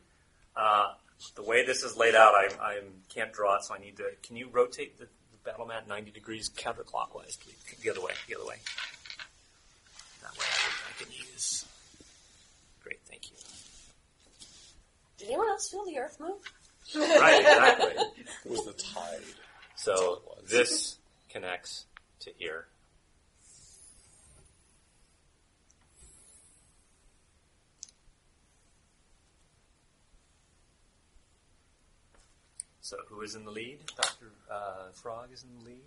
[SPEAKER 2] Uh, the way this is laid out, I, I can't draw it, so I need to. Can you rotate the, the battle mat 90 degrees counterclockwise, please? The other way, the other way. That way I can, I can use. Great, thank you.
[SPEAKER 6] Did anyone else feel the earth move?
[SPEAKER 2] Right, exactly.
[SPEAKER 4] It was the tide.
[SPEAKER 2] So this connects to here. So who is in the lead? Dr. Uh, Frog is in the lead?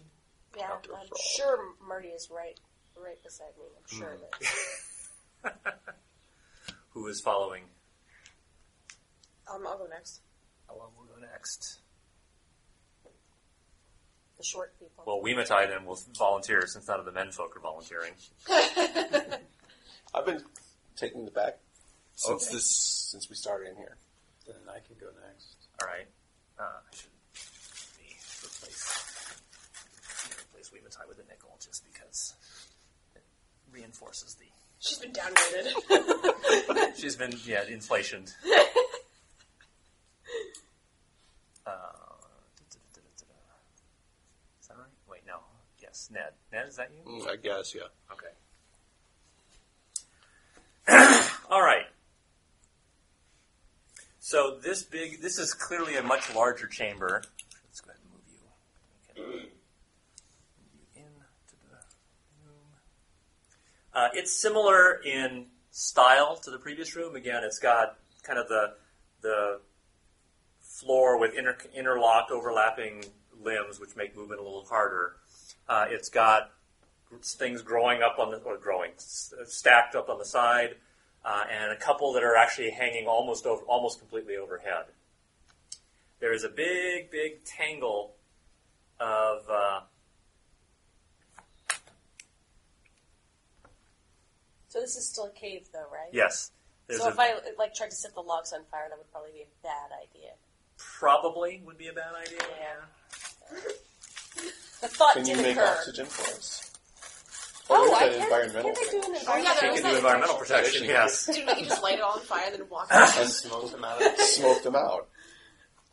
[SPEAKER 6] Yeah,
[SPEAKER 2] Dr.
[SPEAKER 6] I'm
[SPEAKER 2] Frog.
[SPEAKER 6] sure Marty is right right beside me. I'm sure
[SPEAKER 2] Hmm.
[SPEAKER 6] of it.
[SPEAKER 2] Who is following?
[SPEAKER 3] Um, I'll go next.
[SPEAKER 2] Ella will go next.
[SPEAKER 6] The short people.
[SPEAKER 2] Well, Weimatai then will volunteer since none of the men folk are volunteering.
[SPEAKER 4] I've been taking the back since
[SPEAKER 2] Okay.
[SPEAKER 4] Oh, this, since we started in here.
[SPEAKER 5] Then I can go next.
[SPEAKER 2] All right. Uh, I should be replaced. Weematai with a nickel just because it reinforces the
[SPEAKER 3] She's been downgraded.
[SPEAKER 2] She's been, yeah, inflationed. uh, is that right? Wait, no. Yes, Ned. Ned, is that you?
[SPEAKER 4] Mm, I guess, yeah.
[SPEAKER 2] Okay. All right. So this big, this is clearly a much larger chamber. Let's go ahead and move you. Okay. Move you into the room. Uh, it's similar in style to the previous room. Again, it's got kind of the the floor with inter- interlocked, overlapping limbs, which make movement a little harder. Uh, it's got things growing up on the or growing s- stacked up on the side, uh, and a couple that are actually hanging almost over, almost completely overhead. There is a big, big tangle of uh,
[SPEAKER 6] So this is still a cave, though, right?
[SPEAKER 2] yes. There's
[SPEAKER 6] So
[SPEAKER 2] a,
[SPEAKER 6] if I like tried to set the logs on fire, that would probably be a bad idea.
[SPEAKER 2] probably would be a bad idea.
[SPEAKER 6] Yeah. The thought
[SPEAKER 4] Can you
[SPEAKER 6] did
[SPEAKER 4] make
[SPEAKER 6] occur.
[SPEAKER 4] oxygen for us?
[SPEAKER 6] Oh,
[SPEAKER 4] there's
[SPEAKER 6] I
[SPEAKER 4] that
[SPEAKER 6] can't-
[SPEAKER 4] environmental
[SPEAKER 6] can't I do an
[SPEAKER 3] Oh,
[SPEAKER 4] thing.
[SPEAKER 3] yeah,
[SPEAKER 6] environmental
[SPEAKER 3] there was
[SPEAKER 2] You can do
[SPEAKER 3] that
[SPEAKER 2] environmental
[SPEAKER 4] protection.
[SPEAKER 2] protection. Yes.
[SPEAKER 3] Dude, we can just light it all on fire and then walk.
[SPEAKER 5] and smoke them out of
[SPEAKER 4] Smoke them out.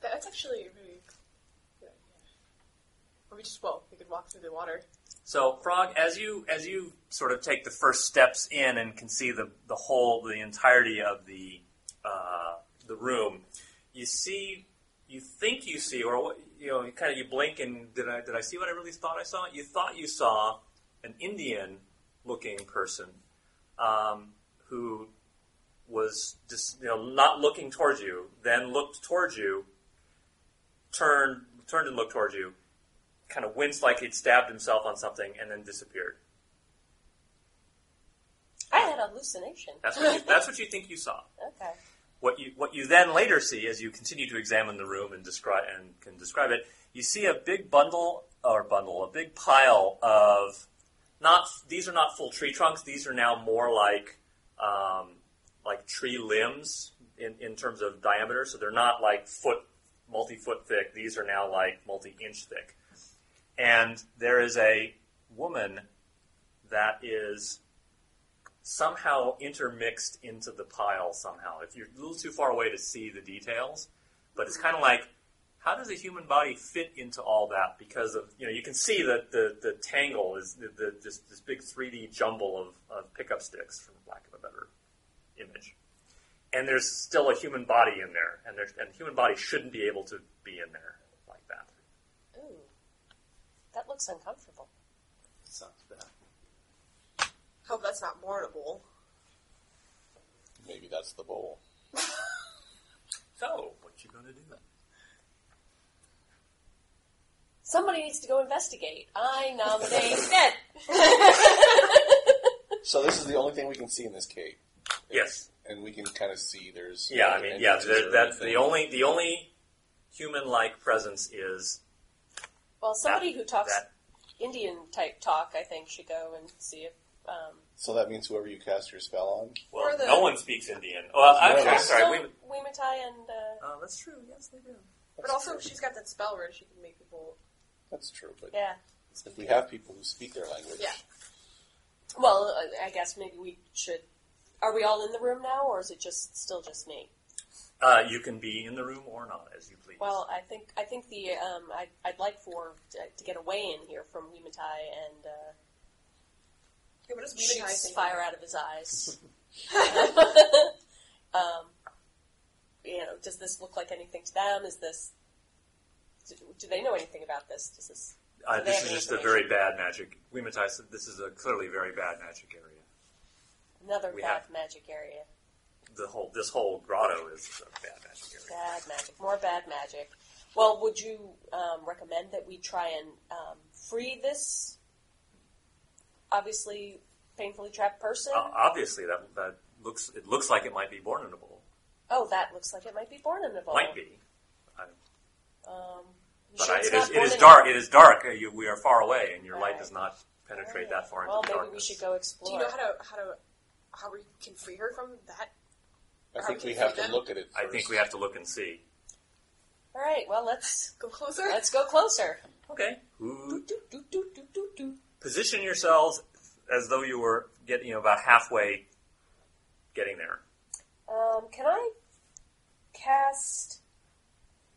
[SPEAKER 3] That's actually a very good idea. Or we just, well, we could walk through the water.
[SPEAKER 2] So, Frog, as you as you sort of take the first steps in and can see the the whole the entirety of the uh, the room, you see you think you see or what- you know you kind of you blink and did I did I see what I really thought I saw? You thought you saw an Indian looking person um, who was just you know not looking towards you, then looked towards you, turned turned and looked towards you, kind of winced like he'd stabbed himself on something and then disappeared.
[SPEAKER 6] I had a hallucination.
[SPEAKER 2] That's what you, that's what you think you saw.
[SPEAKER 6] Okay.
[SPEAKER 2] What you what you then later see as you continue to examine the room and describe and can describe it, you see a big bundle or bundle, a big pile of not these are not full tree trunks. These are now more like um, like tree limbs in, in terms of diameter. So they're not like foot multi foot thick. These are now like multi inch thick. And there is a woman that is somehow intermixed into the pile somehow. If you're a little too far away to see the details, but it's kind of like how does a human body fit into all that? Because of you know you can see that the the tangle is the, the just this big 3D jumble of, of pickup sticks, for lack of a better image. And there's still a human body in there, and there's and human body shouldn't be able to be in there like that.
[SPEAKER 6] Ooh. That looks uncomfortable.
[SPEAKER 5] Sounds bad.
[SPEAKER 3] Hope that's not mortable.
[SPEAKER 4] Maybe that's the bowl.
[SPEAKER 2] So what you gonna do?
[SPEAKER 6] Somebody needs to go investigate. I nominate Ned.
[SPEAKER 4] So this is the only thing we can see in this cave.
[SPEAKER 2] Yes.
[SPEAKER 4] And we can kind of see there's.
[SPEAKER 2] Yeah, I mean, yeah.
[SPEAKER 4] entrances
[SPEAKER 2] there-
[SPEAKER 4] or
[SPEAKER 2] That's the
[SPEAKER 4] anything.
[SPEAKER 2] only the only human-like presence is
[SPEAKER 6] Well, somebody who talks
[SPEAKER 2] that.
[SPEAKER 6] Indian type talk, I think, should go and see if. Um,
[SPEAKER 4] So that means whoever you cast your spell on.
[SPEAKER 2] Well,
[SPEAKER 3] Or the-
[SPEAKER 2] no one speaks Indian. Well,
[SPEAKER 4] No,
[SPEAKER 2] I'm, I'm
[SPEAKER 4] that's-
[SPEAKER 2] sorry. We,
[SPEAKER 6] so Wimatai and uh,
[SPEAKER 2] uh, that's true. Yes, they do.
[SPEAKER 3] But also, if she's got that spell where she can make people.
[SPEAKER 4] That's true, but
[SPEAKER 6] yeah.
[SPEAKER 4] if we have people who speak their language,
[SPEAKER 3] Yeah.
[SPEAKER 6] Well, I- I guess maybe we should. Are we all in the room now, or is it just still just me?
[SPEAKER 2] Uh, you can be in the room or not, as you please.
[SPEAKER 6] Well, I think I think the um, I, I'd like for to get a weigh in here from Wimatai and uh,
[SPEAKER 3] Yeah, what does Weematai
[SPEAKER 6] shoots
[SPEAKER 3] think?
[SPEAKER 6] fire out of his eyes. um, you know, does this look like anything to them? Is this do, do they know anything about this? Does this
[SPEAKER 2] uh,
[SPEAKER 6] so they
[SPEAKER 2] this
[SPEAKER 6] have
[SPEAKER 2] is
[SPEAKER 6] the
[SPEAKER 2] just a
[SPEAKER 6] information.
[SPEAKER 2] very bad magic. We said this is a clearly very bad magic area.
[SPEAKER 6] another
[SPEAKER 2] We
[SPEAKER 6] bad
[SPEAKER 2] have-
[SPEAKER 6] magic area?
[SPEAKER 2] The whole this whole grotto is a bad magic area.
[SPEAKER 6] Bad magic, more bad magic. Well, would you um, recommend that we try and um, free this obviously painfully trapped person?
[SPEAKER 2] Uh, obviously, that that looks it looks like it might be bornable.
[SPEAKER 6] oh, that looks like it might be born in the
[SPEAKER 2] Might be,
[SPEAKER 6] Um, you
[SPEAKER 2] but
[SPEAKER 6] sure
[SPEAKER 2] I,
[SPEAKER 6] it's
[SPEAKER 2] it is
[SPEAKER 6] not
[SPEAKER 2] it is
[SPEAKER 6] Born
[SPEAKER 2] dark. It is dark. Uh, you, we are far away, and your light
[SPEAKER 6] Right.
[SPEAKER 2] does not penetrate
[SPEAKER 6] Alright.
[SPEAKER 2] that far into
[SPEAKER 6] Well,
[SPEAKER 2] the
[SPEAKER 6] maybe
[SPEAKER 2] darkness.
[SPEAKER 6] we should go explore.
[SPEAKER 3] Do you know how to how to how we can free her from that?
[SPEAKER 4] I think
[SPEAKER 3] Are we
[SPEAKER 4] we have to
[SPEAKER 3] them?
[SPEAKER 4] look at it.
[SPEAKER 2] I
[SPEAKER 4] First.
[SPEAKER 2] think we have to look and see.
[SPEAKER 6] All right. Well, let's
[SPEAKER 3] Go closer.
[SPEAKER 6] let's go closer.
[SPEAKER 2] Okay. Who
[SPEAKER 6] Do, do, do, do, do, do,
[SPEAKER 2] position yourselves as though you were getting you know, about halfway getting there.
[SPEAKER 6] Um, can I cast?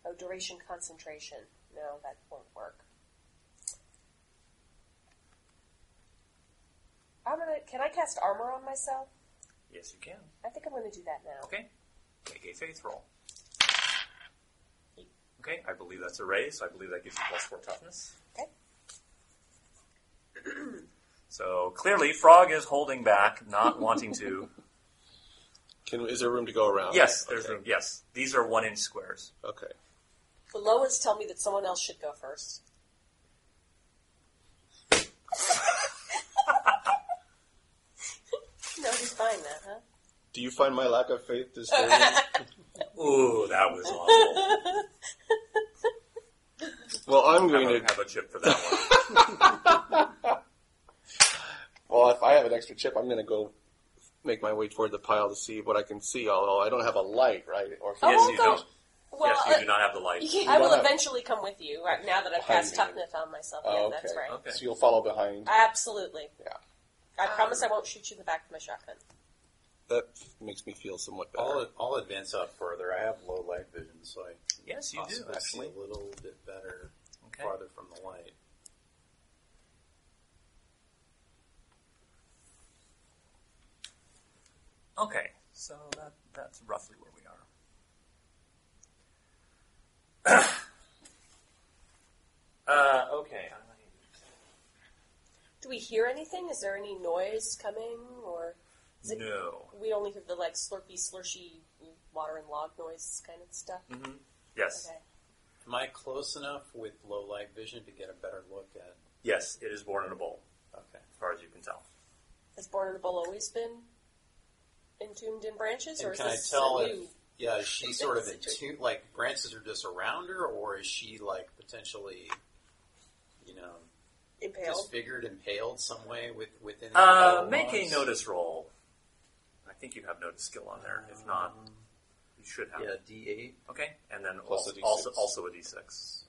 [SPEAKER 6] Oh, duration concentration. No, that won't work. I'm gonna. Can I cast armor on myself?
[SPEAKER 2] Yes, you can.
[SPEAKER 6] I think I'm gonna do that now.
[SPEAKER 2] Okay. Make a faith roll. Okay, I believe that's a raise, so I believe that gives you plus four toughness.
[SPEAKER 6] Okay.
[SPEAKER 2] So clearly, Frog is holding back, not wanting to.
[SPEAKER 4] Can is there room to go around?
[SPEAKER 2] yes, there's
[SPEAKER 4] okay.
[SPEAKER 2] room. Yes, these are one inch squares.
[SPEAKER 4] Okay.
[SPEAKER 6] The Loas tell me that someone else should go first. no, he's buying that, huh?
[SPEAKER 4] Do you find my lack of faith disturbing?
[SPEAKER 2] Ooh, that was awful.
[SPEAKER 4] well, I'm
[SPEAKER 2] I
[SPEAKER 4] going
[SPEAKER 2] don't
[SPEAKER 4] to.
[SPEAKER 2] have a chip for that one.
[SPEAKER 4] Well, if I have an extra chip, I'm going to go make my way toward the pile to see what I can see. Although I don't have a light, right? Or
[SPEAKER 6] I
[SPEAKER 2] Yes,
[SPEAKER 6] will
[SPEAKER 2] you
[SPEAKER 6] go.
[SPEAKER 2] don't.
[SPEAKER 6] Well,
[SPEAKER 2] yes, you do not have the light.
[SPEAKER 6] uh, I will
[SPEAKER 4] Wow.
[SPEAKER 6] eventually come with you. Right now that I've
[SPEAKER 4] Behind
[SPEAKER 6] cast
[SPEAKER 4] me.
[SPEAKER 6] toughness on myself, yeah,
[SPEAKER 4] Oh, okay.
[SPEAKER 6] that's right.
[SPEAKER 2] Okay.
[SPEAKER 4] So you'll follow behind.
[SPEAKER 6] Absolutely.
[SPEAKER 4] Yeah.
[SPEAKER 6] I promise I won't shoot you in the back with my shotgun.
[SPEAKER 4] That makes me feel somewhat better.
[SPEAKER 5] I'll, I'll advance up further. I have low light vision, so I
[SPEAKER 2] Yes, you do.
[SPEAKER 5] possibly see
[SPEAKER 2] Actually.
[SPEAKER 5] a little bit better
[SPEAKER 2] Okay.
[SPEAKER 5] farther from the light.
[SPEAKER 2] Okay. So that that's roughly where we are. uh, okay.
[SPEAKER 6] Do we hear anything? Is there any noise coming? Or Is it-
[SPEAKER 2] No.
[SPEAKER 6] we only hear the like slurpy, slurshy water and log noise kind of stuff?
[SPEAKER 2] Mm-hmm. Yes.
[SPEAKER 6] Okay.
[SPEAKER 5] Am I close enough with low light vision to get a better look at?
[SPEAKER 2] Yes, it is born in a bowl,
[SPEAKER 5] Okay.
[SPEAKER 2] as far as you can tell.
[SPEAKER 6] Has Born in the Bowl always been entombed in branches, or
[SPEAKER 5] And
[SPEAKER 6] is
[SPEAKER 5] can I
[SPEAKER 6] this
[SPEAKER 5] tell
[SPEAKER 6] a
[SPEAKER 5] if
[SPEAKER 6] new-
[SPEAKER 5] yeah, is she sort of in
[SPEAKER 6] Situation.
[SPEAKER 5] tune, like branches are just around her, or is she like potentially, you know,
[SPEAKER 6] impaled?
[SPEAKER 5] disfigured, impaled some way with within? the
[SPEAKER 2] Uh, make
[SPEAKER 5] metal
[SPEAKER 2] a
[SPEAKER 5] logs?
[SPEAKER 2] notice roll. I think you have notice skill on there. If not, you should have.
[SPEAKER 5] Yeah,
[SPEAKER 2] it.
[SPEAKER 5] D eight.
[SPEAKER 2] Okay, and then
[SPEAKER 4] Plus
[SPEAKER 2] also,
[SPEAKER 4] a D6.
[SPEAKER 2] also also a d6.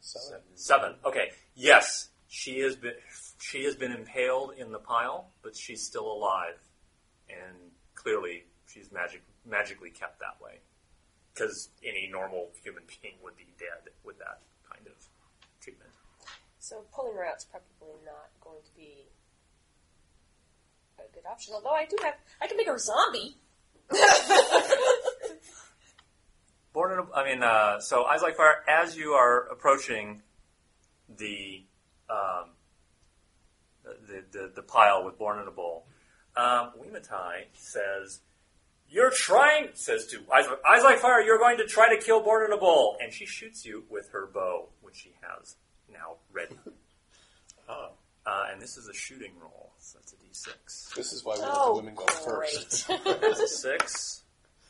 [SPEAKER 4] Seven.
[SPEAKER 2] Seven. Okay. Yes, she has been she has been impaled in the pile, but she's still alive, and clearly she's magic magically kept that way, because any normal human being would be dead with that kind of treatment.
[SPEAKER 6] So pulling her out is probably not going to be a good option. Although I do have, I can make her a zombie.
[SPEAKER 2] Born in a, I mean, uh, so Eyes Like Fire, as you are approaching the um, the, the, the pile with Born in a Bowl, um, Weematai says, You're trying, says to Eyes, Eyes Like Fire, you're going to try to kill Born in a Bowl. And she shoots you with her bow, which she has now ready.
[SPEAKER 5] Oh,
[SPEAKER 2] Uh, and this is a shooting roll, so that's a d6.
[SPEAKER 4] This is why we let the
[SPEAKER 6] oh,
[SPEAKER 4] women go first.
[SPEAKER 6] great!
[SPEAKER 2] That's a six,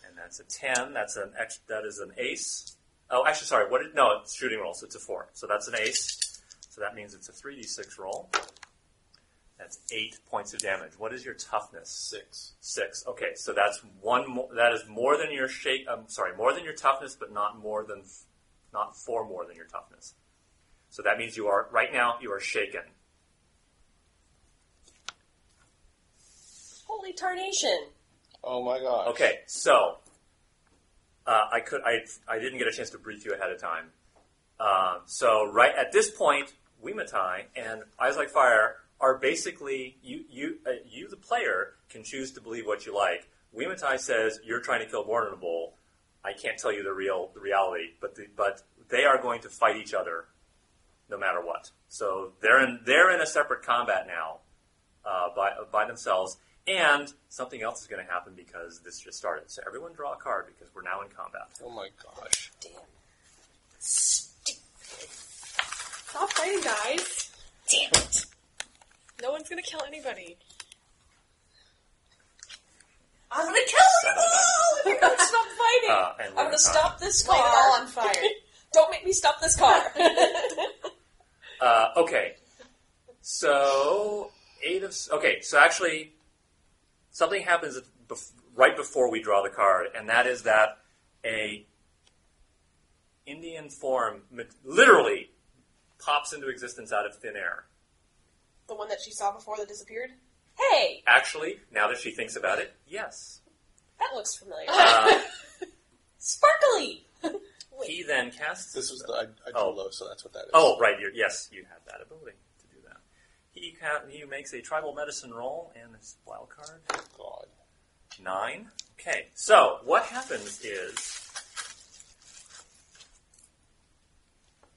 [SPEAKER 2] and that's a ten. That's an ex- that is an ace. Oh, actually, sorry. What? Did, no, it's shooting roll, so it's a four. So that's an ace. So that means it's a three d six roll. That's eight points of damage. What is your toughness?
[SPEAKER 5] six.
[SPEAKER 2] Six. Okay, so that's one. Mo- that is more than your shape. I'm sorry, more than your toughness, but not more than, not four more than your toughness. So that means you are right now. You are shaken.
[SPEAKER 6] Holy tarnation!
[SPEAKER 4] Oh my god.
[SPEAKER 2] Okay, so uh, I could I I didn't get a chance to brief you ahead of time. Uh, so right at this point, Weimatai and Eyes Like Fire are basically you you uh, you the player can choose to believe what you like. Weimatai says you're trying to kill Bornable. I can't tell you the real the reality, but the, but they are going to fight each other, no matter what. So they're in they're in a separate combat now, uh, by by themselves. And something else is going to happen because this just started. So everyone draw a card because we're now in combat.
[SPEAKER 4] Oh my gosh.
[SPEAKER 6] Damn.
[SPEAKER 3] Stop fighting, guys.
[SPEAKER 6] Damn it!
[SPEAKER 3] No one's gonna kill anybody.
[SPEAKER 6] I'm gonna kill them all! They're gonna stop fighting!
[SPEAKER 2] Uh, and
[SPEAKER 6] I'm gonna
[SPEAKER 2] Weimatai.
[SPEAKER 6] stop this
[SPEAKER 3] Light
[SPEAKER 6] car!
[SPEAKER 3] it all on fire.
[SPEAKER 6] Don't make me stop this car!
[SPEAKER 2] Uh, okay. So eight of s- okay. So actually, something happens bef- right before we draw the card, and that is that a Indian form, ma- literally pops into existence out of thin air.
[SPEAKER 3] The one that she saw before that disappeared?
[SPEAKER 6] Hey,
[SPEAKER 2] Actually, now that she thinks about it, yes.
[SPEAKER 6] that looks familiar.
[SPEAKER 2] Uh,
[SPEAKER 6] Sparkly.
[SPEAKER 2] he then casts.
[SPEAKER 4] This was the I, I drew
[SPEAKER 2] Oh.
[SPEAKER 4] low, so that's what that is.
[SPEAKER 2] Oh, right. You're, yes, you have that ability to do that. He ca- he makes a tribal medicine roll and his wild card
[SPEAKER 4] God.
[SPEAKER 2] nine. Okay. So what happens is.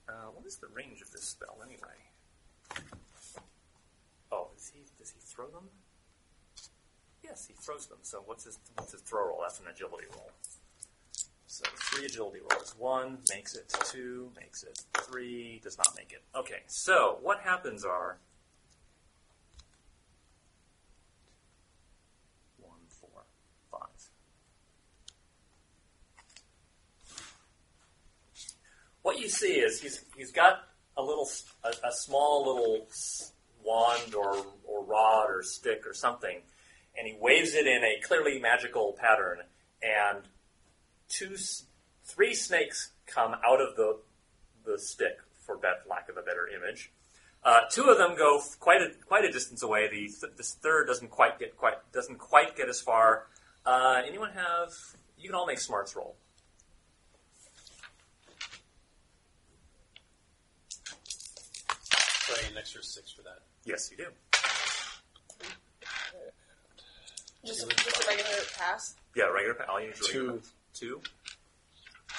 [SPEAKER 2] Uh, what is the range of this spell anyway? Oh, is he, does he throw them? Yes, he throws them. So what's his, what's his throw roll? That's an agility roll. So three agility rolls. One makes it. Two makes it. Three does not make it. Okay. So what happens are one, four, five. What you see is he's he's got a little s- a, a small little s- wand or or rod or stick or something, and he waves it in a clearly magical pattern and two, s- three snakes come out of the the stick, for bet- lack of a better image. Uh, two of them go f- quite a quite a distance away. The th- this third doesn't quite get quite doesn't quite get as far. Uh, anyone have? You can all make smarts roll.
[SPEAKER 5] So I need an extra six for that.
[SPEAKER 2] Yes, you do.
[SPEAKER 3] Just a, just a regular pass?
[SPEAKER 2] Yeah, regular. pa- All you need is
[SPEAKER 4] Two.
[SPEAKER 2] regular pa- Two.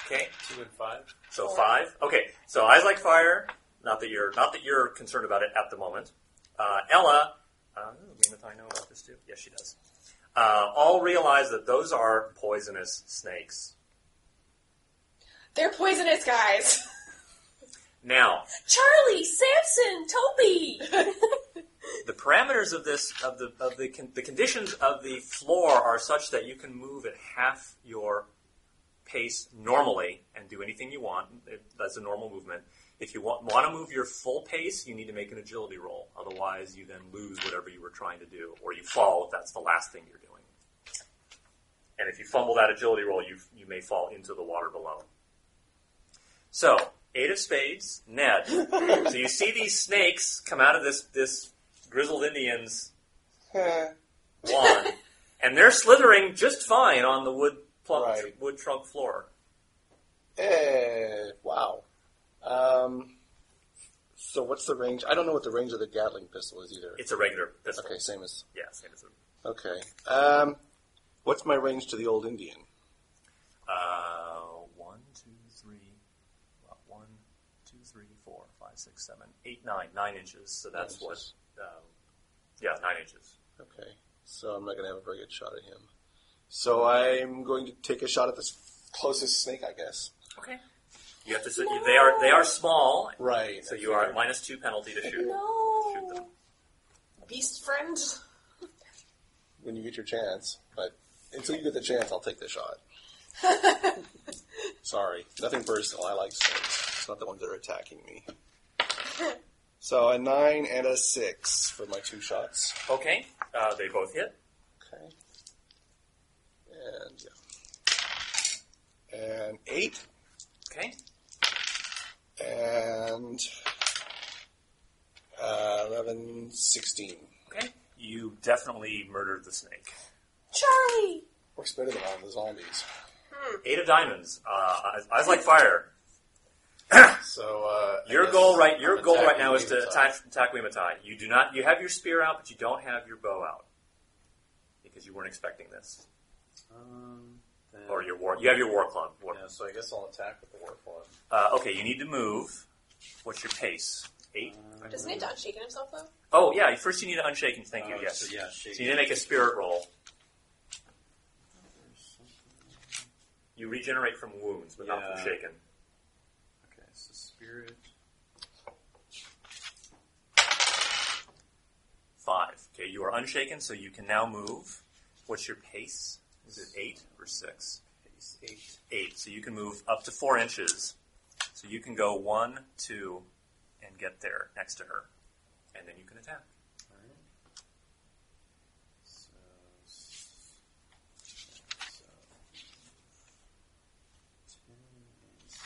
[SPEAKER 2] Okay,
[SPEAKER 5] Two and five.
[SPEAKER 2] so
[SPEAKER 3] Four.
[SPEAKER 2] five. Okay, so eyes like fire. Not that you're not that you're concerned about it at the moment. Uh, Ella, uh, does Mina I know about this too? Yes, she does. Uh, all realize that those are poisonous snakes.
[SPEAKER 3] They're poisonous, guys!
[SPEAKER 2] Now,
[SPEAKER 6] Charlie, Samson, Toby.
[SPEAKER 2] the parameters of this of the of the con- the conditions of the floor are such that you can move at half your pace normally and do anything you want. It- That's a normal movement. If you want want to move your full pace, you need to make an agility roll. Otherwise, you then lose whatever you were trying to do, or you fall if that's the last thing you're doing. And if you fumble that agility roll, you you may fall into the water below. So, eight of spades, Ned. so you see these snakes come out of this this grizzled Indian's
[SPEAKER 4] Eh.
[SPEAKER 2] wand, and they're slithering just fine on the wood plump,
[SPEAKER 4] Right.
[SPEAKER 2] wood trunk floor.
[SPEAKER 4] Eh, wow. Um, so what's the range? I don't know what the range of the Gatling pistol is either.
[SPEAKER 2] It's a regular pistol.
[SPEAKER 4] okay, same as.
[SPEAKER 2] Yeah, same as a.
[SPEAKER 4] Okay. Um, what's my range to the old Indian?
[SPEAKER 2] Uh, one, two, three, well, one, two, three, four, five, six, seven, eight, nine, nine inches. So that's what.
[SPEAKER 4] inches.
[SPEAKER 2] Um, yeah, nine inches.
[SPEAKER 4] Okay, so I'm not going to have a very good shot at him. So I'm going to take a shot at this closest snake, I guess.
[SPEAKER 2] Okay. You have to. Say, They are they are small,
[SPEAKER 4] Right.
[SPEAKER 2] so you are at minus two penalty to shoot. Shoot them.
[SPEAKER 6] no.
[SPEAKER 3] Beast friend?
[SPEAKER 4] when you get your chance, but until you get the chance, I'll take the shot. Sorry, nothing personal. I like snakes. It's not the ones that are attacking me. So a nine and a six for my two shots.
[SPEAKER 2] Okay. Uh, they both hit.
[SPEAKER 4] Okay. And yeah. And eight
[SPEAKER 2] Okay.
[SPEAKER 4] and uh, 11, 16.
[SPEAKER 2] Okay. You definitely murdered the snake.
[SPEAKER 6] Charlie.
[SPEAKER 4] Works better than all the zombies.
[SPEAKER 2] Eight of diamonds. Uh, eyes, eyes like fire.
[SPEAKER 5] So uh, I
[SPEAKER 2] Your
[SPEAKER 5] guess
[SPEAKER 2] goal right. Your
[SPEAKER 5] I'm
[SPEAKER 2] goal right
[SPEAKER 5] attacking
[SPEAKER 2] now is to
[SPEAKER 5] Levi's
[SPEAKER 2] attack, attack Wimatai. You do not. You have your spear out, but you don't have your bow out because you weren't expecting this.
[SPEAKER 5] eye. Um, then,
[SPEAKER 2] Or your war. You have your war club. War-
[SPEAKER 5] yeah, so I guess I'll attack with the war club.
[SPEAKER 2] Uh, okay. You need to move. What's your pace? Eight.
[SPEAKER 3] Doesn't it unshaken himself, though?
[SPEAKER 2] Oh yeah. First, you need to unshaken. Thank you.
[SPEAKER 5] Oh,
[SPEAKER 2] Yes.
[SPEAKER 5] so, yeah,
[SPEAKER 2] So
[SPEAKER 5] shake.
[SPEAKER 2] you need to make a spirit roll. You regenerate from wounds, but not
[SPEAKER 5] Yeah.
[SPEAKER 2] from shaken.
[SPEAKER 5] Okay, so spirit.
[SPEAKER 2] Five. Okay, you are unshaken, so you can now move. What's your pace? Is it eight or six?
[SPEAKER 5] Pace eight.
[SPEAKER 2] Eight. So you can move up to four inches. So you can go one, two, and get there next to her. And then you can attack.
[SPEAKER 5] All right. So, s- so ten and six,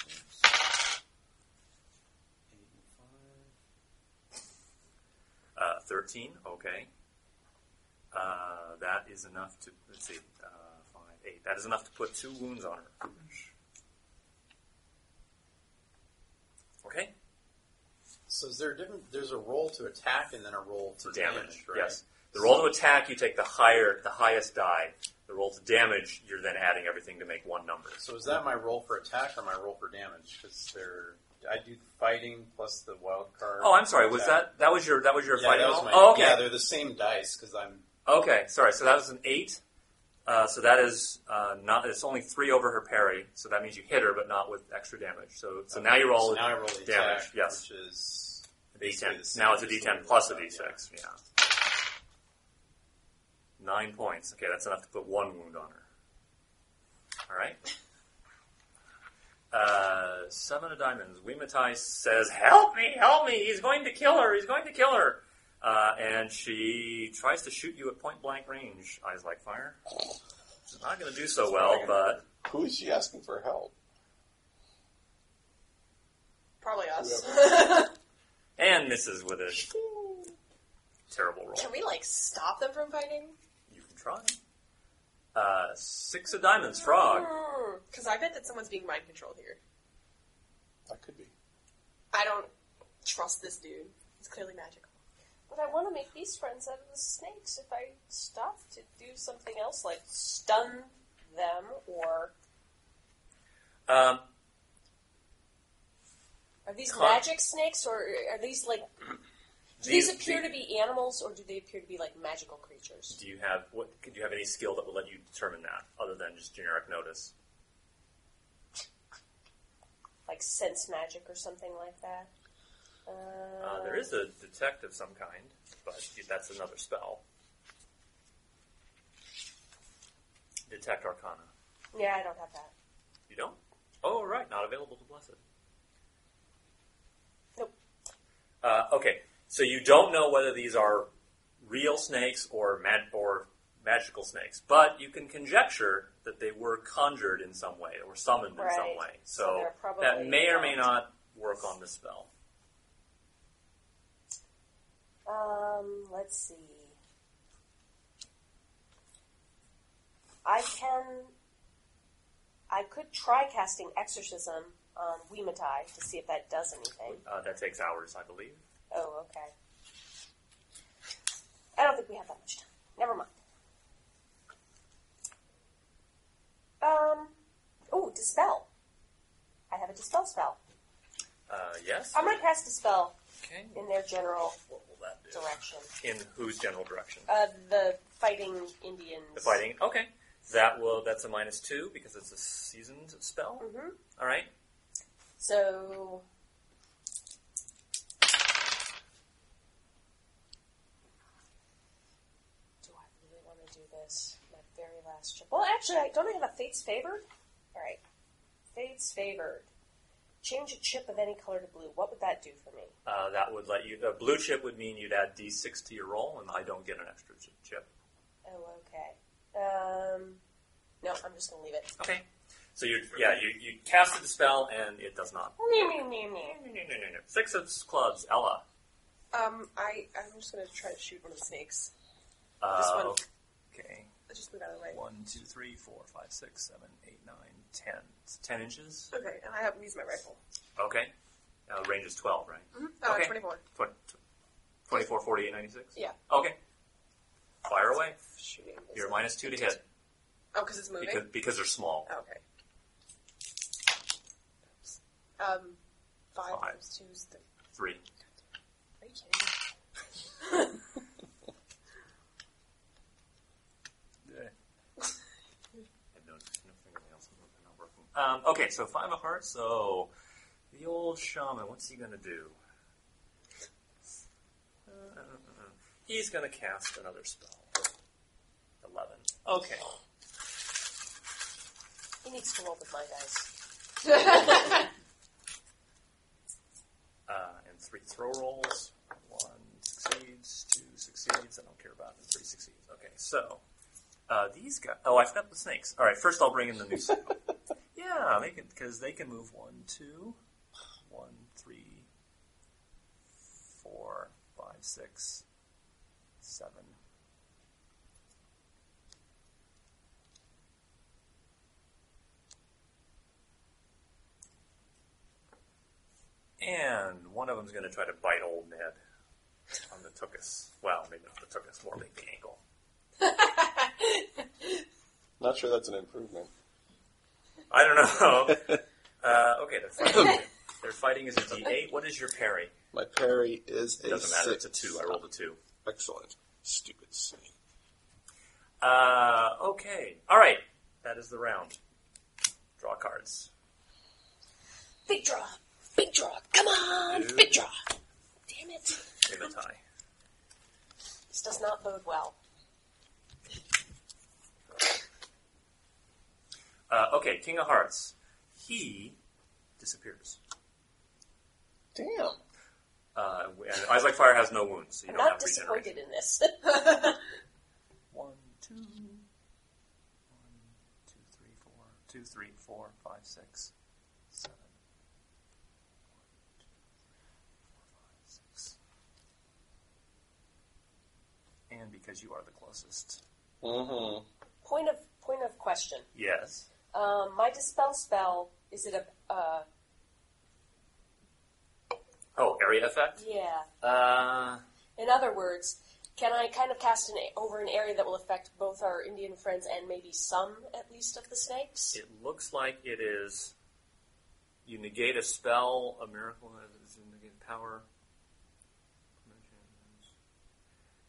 [SPEAKER 5] eight and five.
[SPEAKER 2] 13, Uh, okay. Uh, that is enough to, let's see, uh, 5, 8. That is enough to put two wounds on her. Okay,
[SPEAKER 5] So is there a different? There's a roll to attack and then a roll
[SPEAKER 2] to
[SPEAKER 5] for
[SPEAKER 2] damage.
[SPEAKER 5] right?
[SPEAKER 2] Yes. The roll to attack, you take the higher, the highest die. The roll to damage, you're then adding everything to make one number.
[SPEAKER 5] So is that my roll for attack or my roll for damage? Because they're I do fighting plus the wild card.
[SPEAKER 2] Oh, I'm sorry. Was
[SPEAKER 5] attack.
[SPEAKER 2] that that was your that was your
[SPEAKER 5] yeah,
[SPEAKER 2] fighting
[SPEAKER 5] that was
[SPEAKER 2] roll?
[SPEAKER 5] my,
[SPEAKER 2] oh, okay.
[SPEAKER 5] yeah, they're the same dice because I'm
[SPEAKER 2] Okay, sorry. So that was an eight. Uh, so that is uh, not. It's only three over her parry. So that means you hit her, but not with extra damage. So so now you roll
[SPEAKER 5] so now I roll the
[SPEAKER 2] damage,
[SPEAKER 5] attack,
[SPEAKER 2] yes.
[SPEAKER 5] which is
[SPEAKER 2] a
[SPEAKER 5] basically the
[SPEAKER 2] d10.
[SPEAKER 5] same,
[SPEAKER 2] Now it's a
[SPEAKER 5] just
[SPEAKER 2] d10
[SPEAKER 5] little
[SPEAKER 2] plus a
[SPEAKER 5] bit,
[SPEAKER 2] d6.
[SPEAKER 5] yeah.
[SPEAKER 2] Yeah. Nine points. Okay, that's enough to put one wound on her. All right. Uh, seven of diamonds. Wimatai says, "Help me! Help me! He's going to kill her! He's going to kill her!" Uh, and she tries to shoot you at point blank range. Eyes like fire. She's not going to do so well, but
[SPEAKER 4] Who is she asking for help?
[SPEAKER 3] Probably us.
[SPEAKER 2] and misses with a terrible roll.
[SPEAKER 3] Can we like stop them from fighting?
[SPEAKER 2] You can try. Uh, six of diamonds, frog.
[SPEAKER 3] Because I bet that someone's being mind controlled here.
[SPEAKER 4] That could be.
[SPEAKER 3] I don't trust this dude. He's clearly magical.
[SPEAKER 6] But I want to make these friends out of the snakes. If I stop to do something else, like stun them, or
[SPEAKER 2] Um,
[SPEAKER 6] are these
[SPEAKER 2] Con-
[SPEAKER 6] magic snakes, or are these like do these, appear to be animals, or do they appear to be like magical creatures?
[SPEAKER 2] Do you have what? Do you have any skill that would let you determine that, other than just generic notice?
[SPEAKER 6] Like sense magic or something like that?
[SPEAKER 2] Uh, there is a detect of some kind, but that's another spell. Detect Arcana.
[SPEAKER 6] Yeah, I don't have that.
[SPEAKER 2] You don't? Oh, right. Not available to Blessed.
[SPEAKER 6] Nope.
[SPEAKER 2] Uh, okay. So you don't know whether these are real snakes or mag- or magical snakes, but you can conjecture that they were conjured in some way or summoned in some
[SPEAKER 6] Right.
[SPEAKER 2] way.
[SPEAKER 6] So
[SPEAKER 2] So,
[SPEAKER 6] they're probably
[SPEAKER 2] that may or may
[SPEAKER 6] not.
[SPEAKER 2] not work on the spell.
[SPEAKER 6] Um, let's see. I can. I could try casting exorcism on Weimatai to see if that does anything.
[SPEAKER 2] Uh, that takes hours, I believe.
[SPEAKER 6] Oh, okay. I don't think we have that much time. Never mind. Um. Oh, dispel. I have a dispel spell.
[SPEAKER 2] Uh, yes.
[SPEAKER 6] I'm gonna cast dispel
[SPEAKER 2] Okay.
[SPEAKER 6] in their general
[SPEAKER 2] What will that do?
[SPEAKER 6] direction.
[SPEAKER 2] In whose general direction?
[SPEAKER 6] Uh, the fighting Indians.
[SPEAKER 2] The fighting. Okay. That will. That's a minus two because it's a seasoned spell.
[SPEAKER 6] hmm
[SPEAKER 2] All right.
[SPEAKER 6] So. Do I really want to do this? My very last trip. Well, actually, I don't I have a Fate's Favored? Alright. Fate's Favored. Change a chip of any color to blue. What would that do for me?
[SPEAKER 2] Uh, that would let you. A blue chip would mean you'd add d6 to your roll, and I don't get an extra ch- chip.
[SPEAKER 6] Oh, okay. Um. No, I'm just going to leave it.
[SPEAKER 2] Okay. So you, yeah, you, you casted the spell, and it does not.
[SPEAKER 6] Meow, meow, meow, meow.
[SPEAKER 2] Six of clubs, Ella.
[SPEAKER 3] Um, I I'm just gonna try to shoot one of the snakes.
[SPEAKER 2] Uh,
[SPEAKER 3] one.
[SPEAKER 2] Okay.
[SPEAKER 3] Let's just move out of the way.
[SPEAKER 2] One, two, three, four, five, six, seven, eight, nine, ten. It's ten inches.
[SPEAKER 3] Okay, and I haven't used my rifle.
[SPEAKER 2] Okay. Uh, range is twelve, right?
[SPEAKER 3] Uh,
[SPEAKER 2] Okay.
[SPEAKER 3] 24.
[SPEAKER 2] Twen- tw- 24, 48, 96?
[SPEAKER 3] Yeah.
[SPEAKER 2] Okay. Fire away.
[SPEAKER 3] Shooting. is-
[SPEAKER 2] You're minus two to hit
[SPEAKER 3] Oh, because it's moving.
[SPEAKER 2] because, because they're small.
[SPEAKER 3] Oh, okay. Oops. Um, five,
[SPEAKER 2] Five.
[SPEAKER 3] times two is three.
[SPEAKER 2] Three.
[SPEAKER 3] Are you kidding? me?
[SPEAKER 2] I have no, no fingernails. so They're not working. Um, okay, so five of hearts. So the old shaman, what's he gonna do? Uh, uh, uh, uh. he's gonna cast another spell. Eleven. Okay.
[SPEAKER 6] He needs to roll with my dice.
[SPEAKER 2] uh, and three throw rolls. One succeeds, two succeeds. I don't care about it. Three succeeds. Okay, so uh, these guys. Oh, I forgot the snakes. All right, first I'll bring in the new. s- yeah, they can because they can move one, two, one, three, four, five, six, seven. And one of them's going to try to bite old Ned on the tuchus. Well, maybe not the tuchus, more like the ankle.
[SPEAKER 4] Not sure that's an improvement.
[SPEAKER 2] I don't know. uh, okay, they're fighting. Their fighting is a D8. What is your parry?
[SPEAKER 4] My parry is
[SPEAKER 2] It
[SPEAKER 4] a
[SPEAKER 2] doesn't matter. It's
[SPEAKER 4] six.
[SPEAKER 2] a two. I rolled a two.
[SPEAKER 4] Excellent. Stupid city.
[SPEAKER 2] Uh, okay. All right. That is the round. Draw cards.
[SPEAKER 6] Big draw. Big draw. Come on.
[SPEAKER 2] Two.
[SPEAKER 6] Big draw. Damn it.
[SPEAKER 2] In a tie.
[SPEAKER 6] This does not bode well.
[SPEAKER 2] Uh, okay, King of Hearts. He disappears.
[SPEAKER 4] Damn.
[SPEAKER 2] Uh, and Eyes Like Fire has no wounds, so you
[SPEAKER 6] I'm
[SPEAKER 2] don't
[SPEAKER 6] not
[SPEAKER 2] have regeneration.
[SPEAKER 6] disappointed in this.
[SPEAKER 2] One, two. One, two, three, four. Two, three, four, five, six, seven. One, two, three, four, five, six. And because you are the closest.
[SPEAKER 4] Mm-hmm.
[SPEAKER 6] point of point of question.
[SPEAKER 2] Yes.
[SPEAKER 6] Um, my dispel spell is it a uh,
[SPEAKER 2] Oh, area effect?
[SPEAKER 6] yeah?
[SPEAKER 2] Uh,
[SPEAKER 6] In other words, can I kind of cast an over an area that will affect both our Indian friends and maybe some at least of the snakes?
[SPEAKER 2] it looks like it is. You negate a spell, a miracle is in negated power.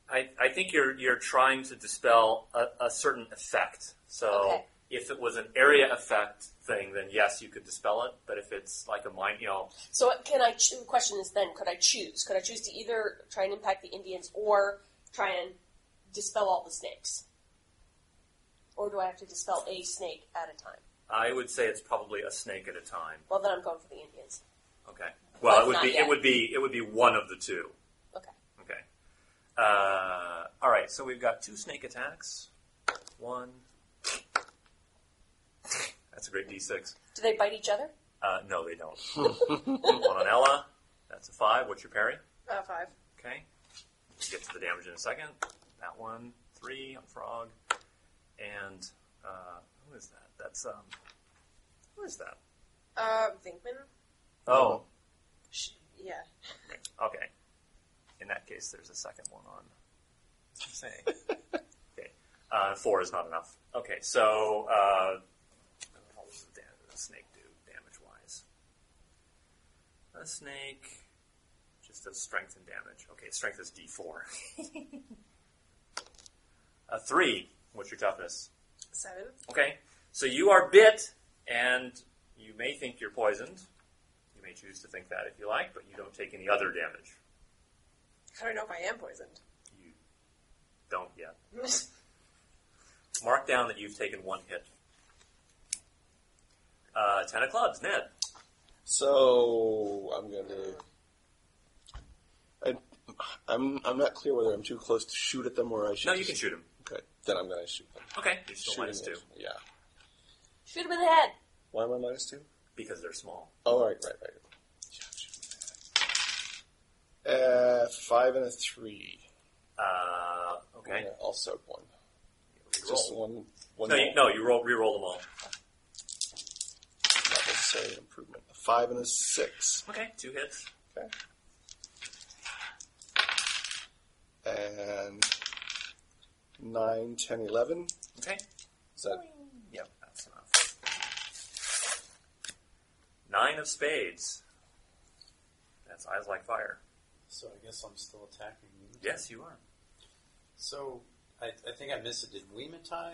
[SPEAKER 2] I, I think you're you're trying to dispel a, a certain effect. So
[SPEAKER 6] Okay.
[SPEAKER 2] if it was an area effect thing, then yes, you could dispel it. But if it's like a mind, you know,
[SPEAKER 6] So uh, can I? Cho- the question is then: Could I choose? Could I choose to either try and impact the Indians or try and dispel all the snakes? Or do I have to dispel a snake at a time?
[SPEAKER 2] I would say it's probably a snake at a time.
[SPEAKER 6] Well, then I'm going for the Indians.
[SPEAKER 2] Okay. Well,
[SPEAKER 6] That's
[SPEAKER 2] it would
[SPEAKER 6] not
[SPEAKER 2] be
[SPEAKER 6] yet.
[SPEAKER 2] it would be it would be one of the two.
[SPEAKER 6] Okay.
[SPEAKER 2] Okay. Uh, all right, so we've got two snake attacks. One. That's a great d6.
[SPEAKER 6] Do they bite each other?
[SPEAKER 2] Uh, no, they don't. One on Ella. That's a five. What's your parry?
[SPEAKER 3] Uh, five.
[SPEAKER 2] Okay. We'll get to the damage in a second. That one. Three on Frog. And uh, who is that? That's. um. Who is that?
[SPEAKER 3] Uh, Vinkman?
[SPEAKER 2] Oh,
[SPEAKER 3] Sh yeah.
[SPEAKER 2] okay. In that case, there's a second one on. Say. Uh, four is not enough. Okay, so uh, what does the, da- the snake do damage wise? A snake just does strength and damage. Okay, strength is D4. a three. What's your toughness?
[SPEAKER 3] Seven.
[SPEAKER 2] Okay, so you are bit, and you may think you're poisoned. You may choose to think that if you like, but you don't take any other damage.
[SPEAKER 3] How do I know if I am poisoned?
[SPEAKER 2] You don't yet. Mark down that you've taken one hit. Uh, ten of clubs, Ned.
[SPEAKER 4] So I'm gonna. I, I'm I'm not clear whether I'm too close to shoot at them or I should.
[SPEAKER 2] No, you
[SPEAKER 4] just-
[SPEAKER 2] can shoot him.
[SPEAKER 4] Okay, then I'm gonna shoot them.
[SPEAKER 2] Okay, you're still minus
[SPEAKER 4] Shooting
[SPEAKER 2] two
[SPEAKER 4] is- Yeah.
[SPEAKER 6] Shoot him in the head.
[SPEAKER 4] Why am I minus two?
[SPEAKER 2] because they're small.
[SPEAKER 4] Oh, all right, right, right. Yeah, shoot them in the head. Uh, five and a three.
[SPEAKER 2] Uh, okay,
[SPEAKER 4] Yeah, I'll soak one.
[SPEAKER 2] Reroll.
[SPEAKER 4] Just one. One.
[SPEAKER 2] No,
[SPEAKER 4] more.
[SPEAKER 2] you, no, you roll, re-roll them all.
[SPEAKER 4] Not necessarily an improvement. A five and a six.
[SPEAKER 2] Okay, two hits.
[SPEAKER 4] Okay. And nine, ten, eleven.
[SPEAKER 2] Okay,
[SPEAKER 4] Is that
[SPEAKER 2] yep, that's enough. Nine of spades. That's eyes like fire.
[SPEAKER 5] So I guess I'm still attacking you.
[SPEAKER 2] Yes, you are.
[SPEAKER 5] So I, I think I missed it. Did Weimatai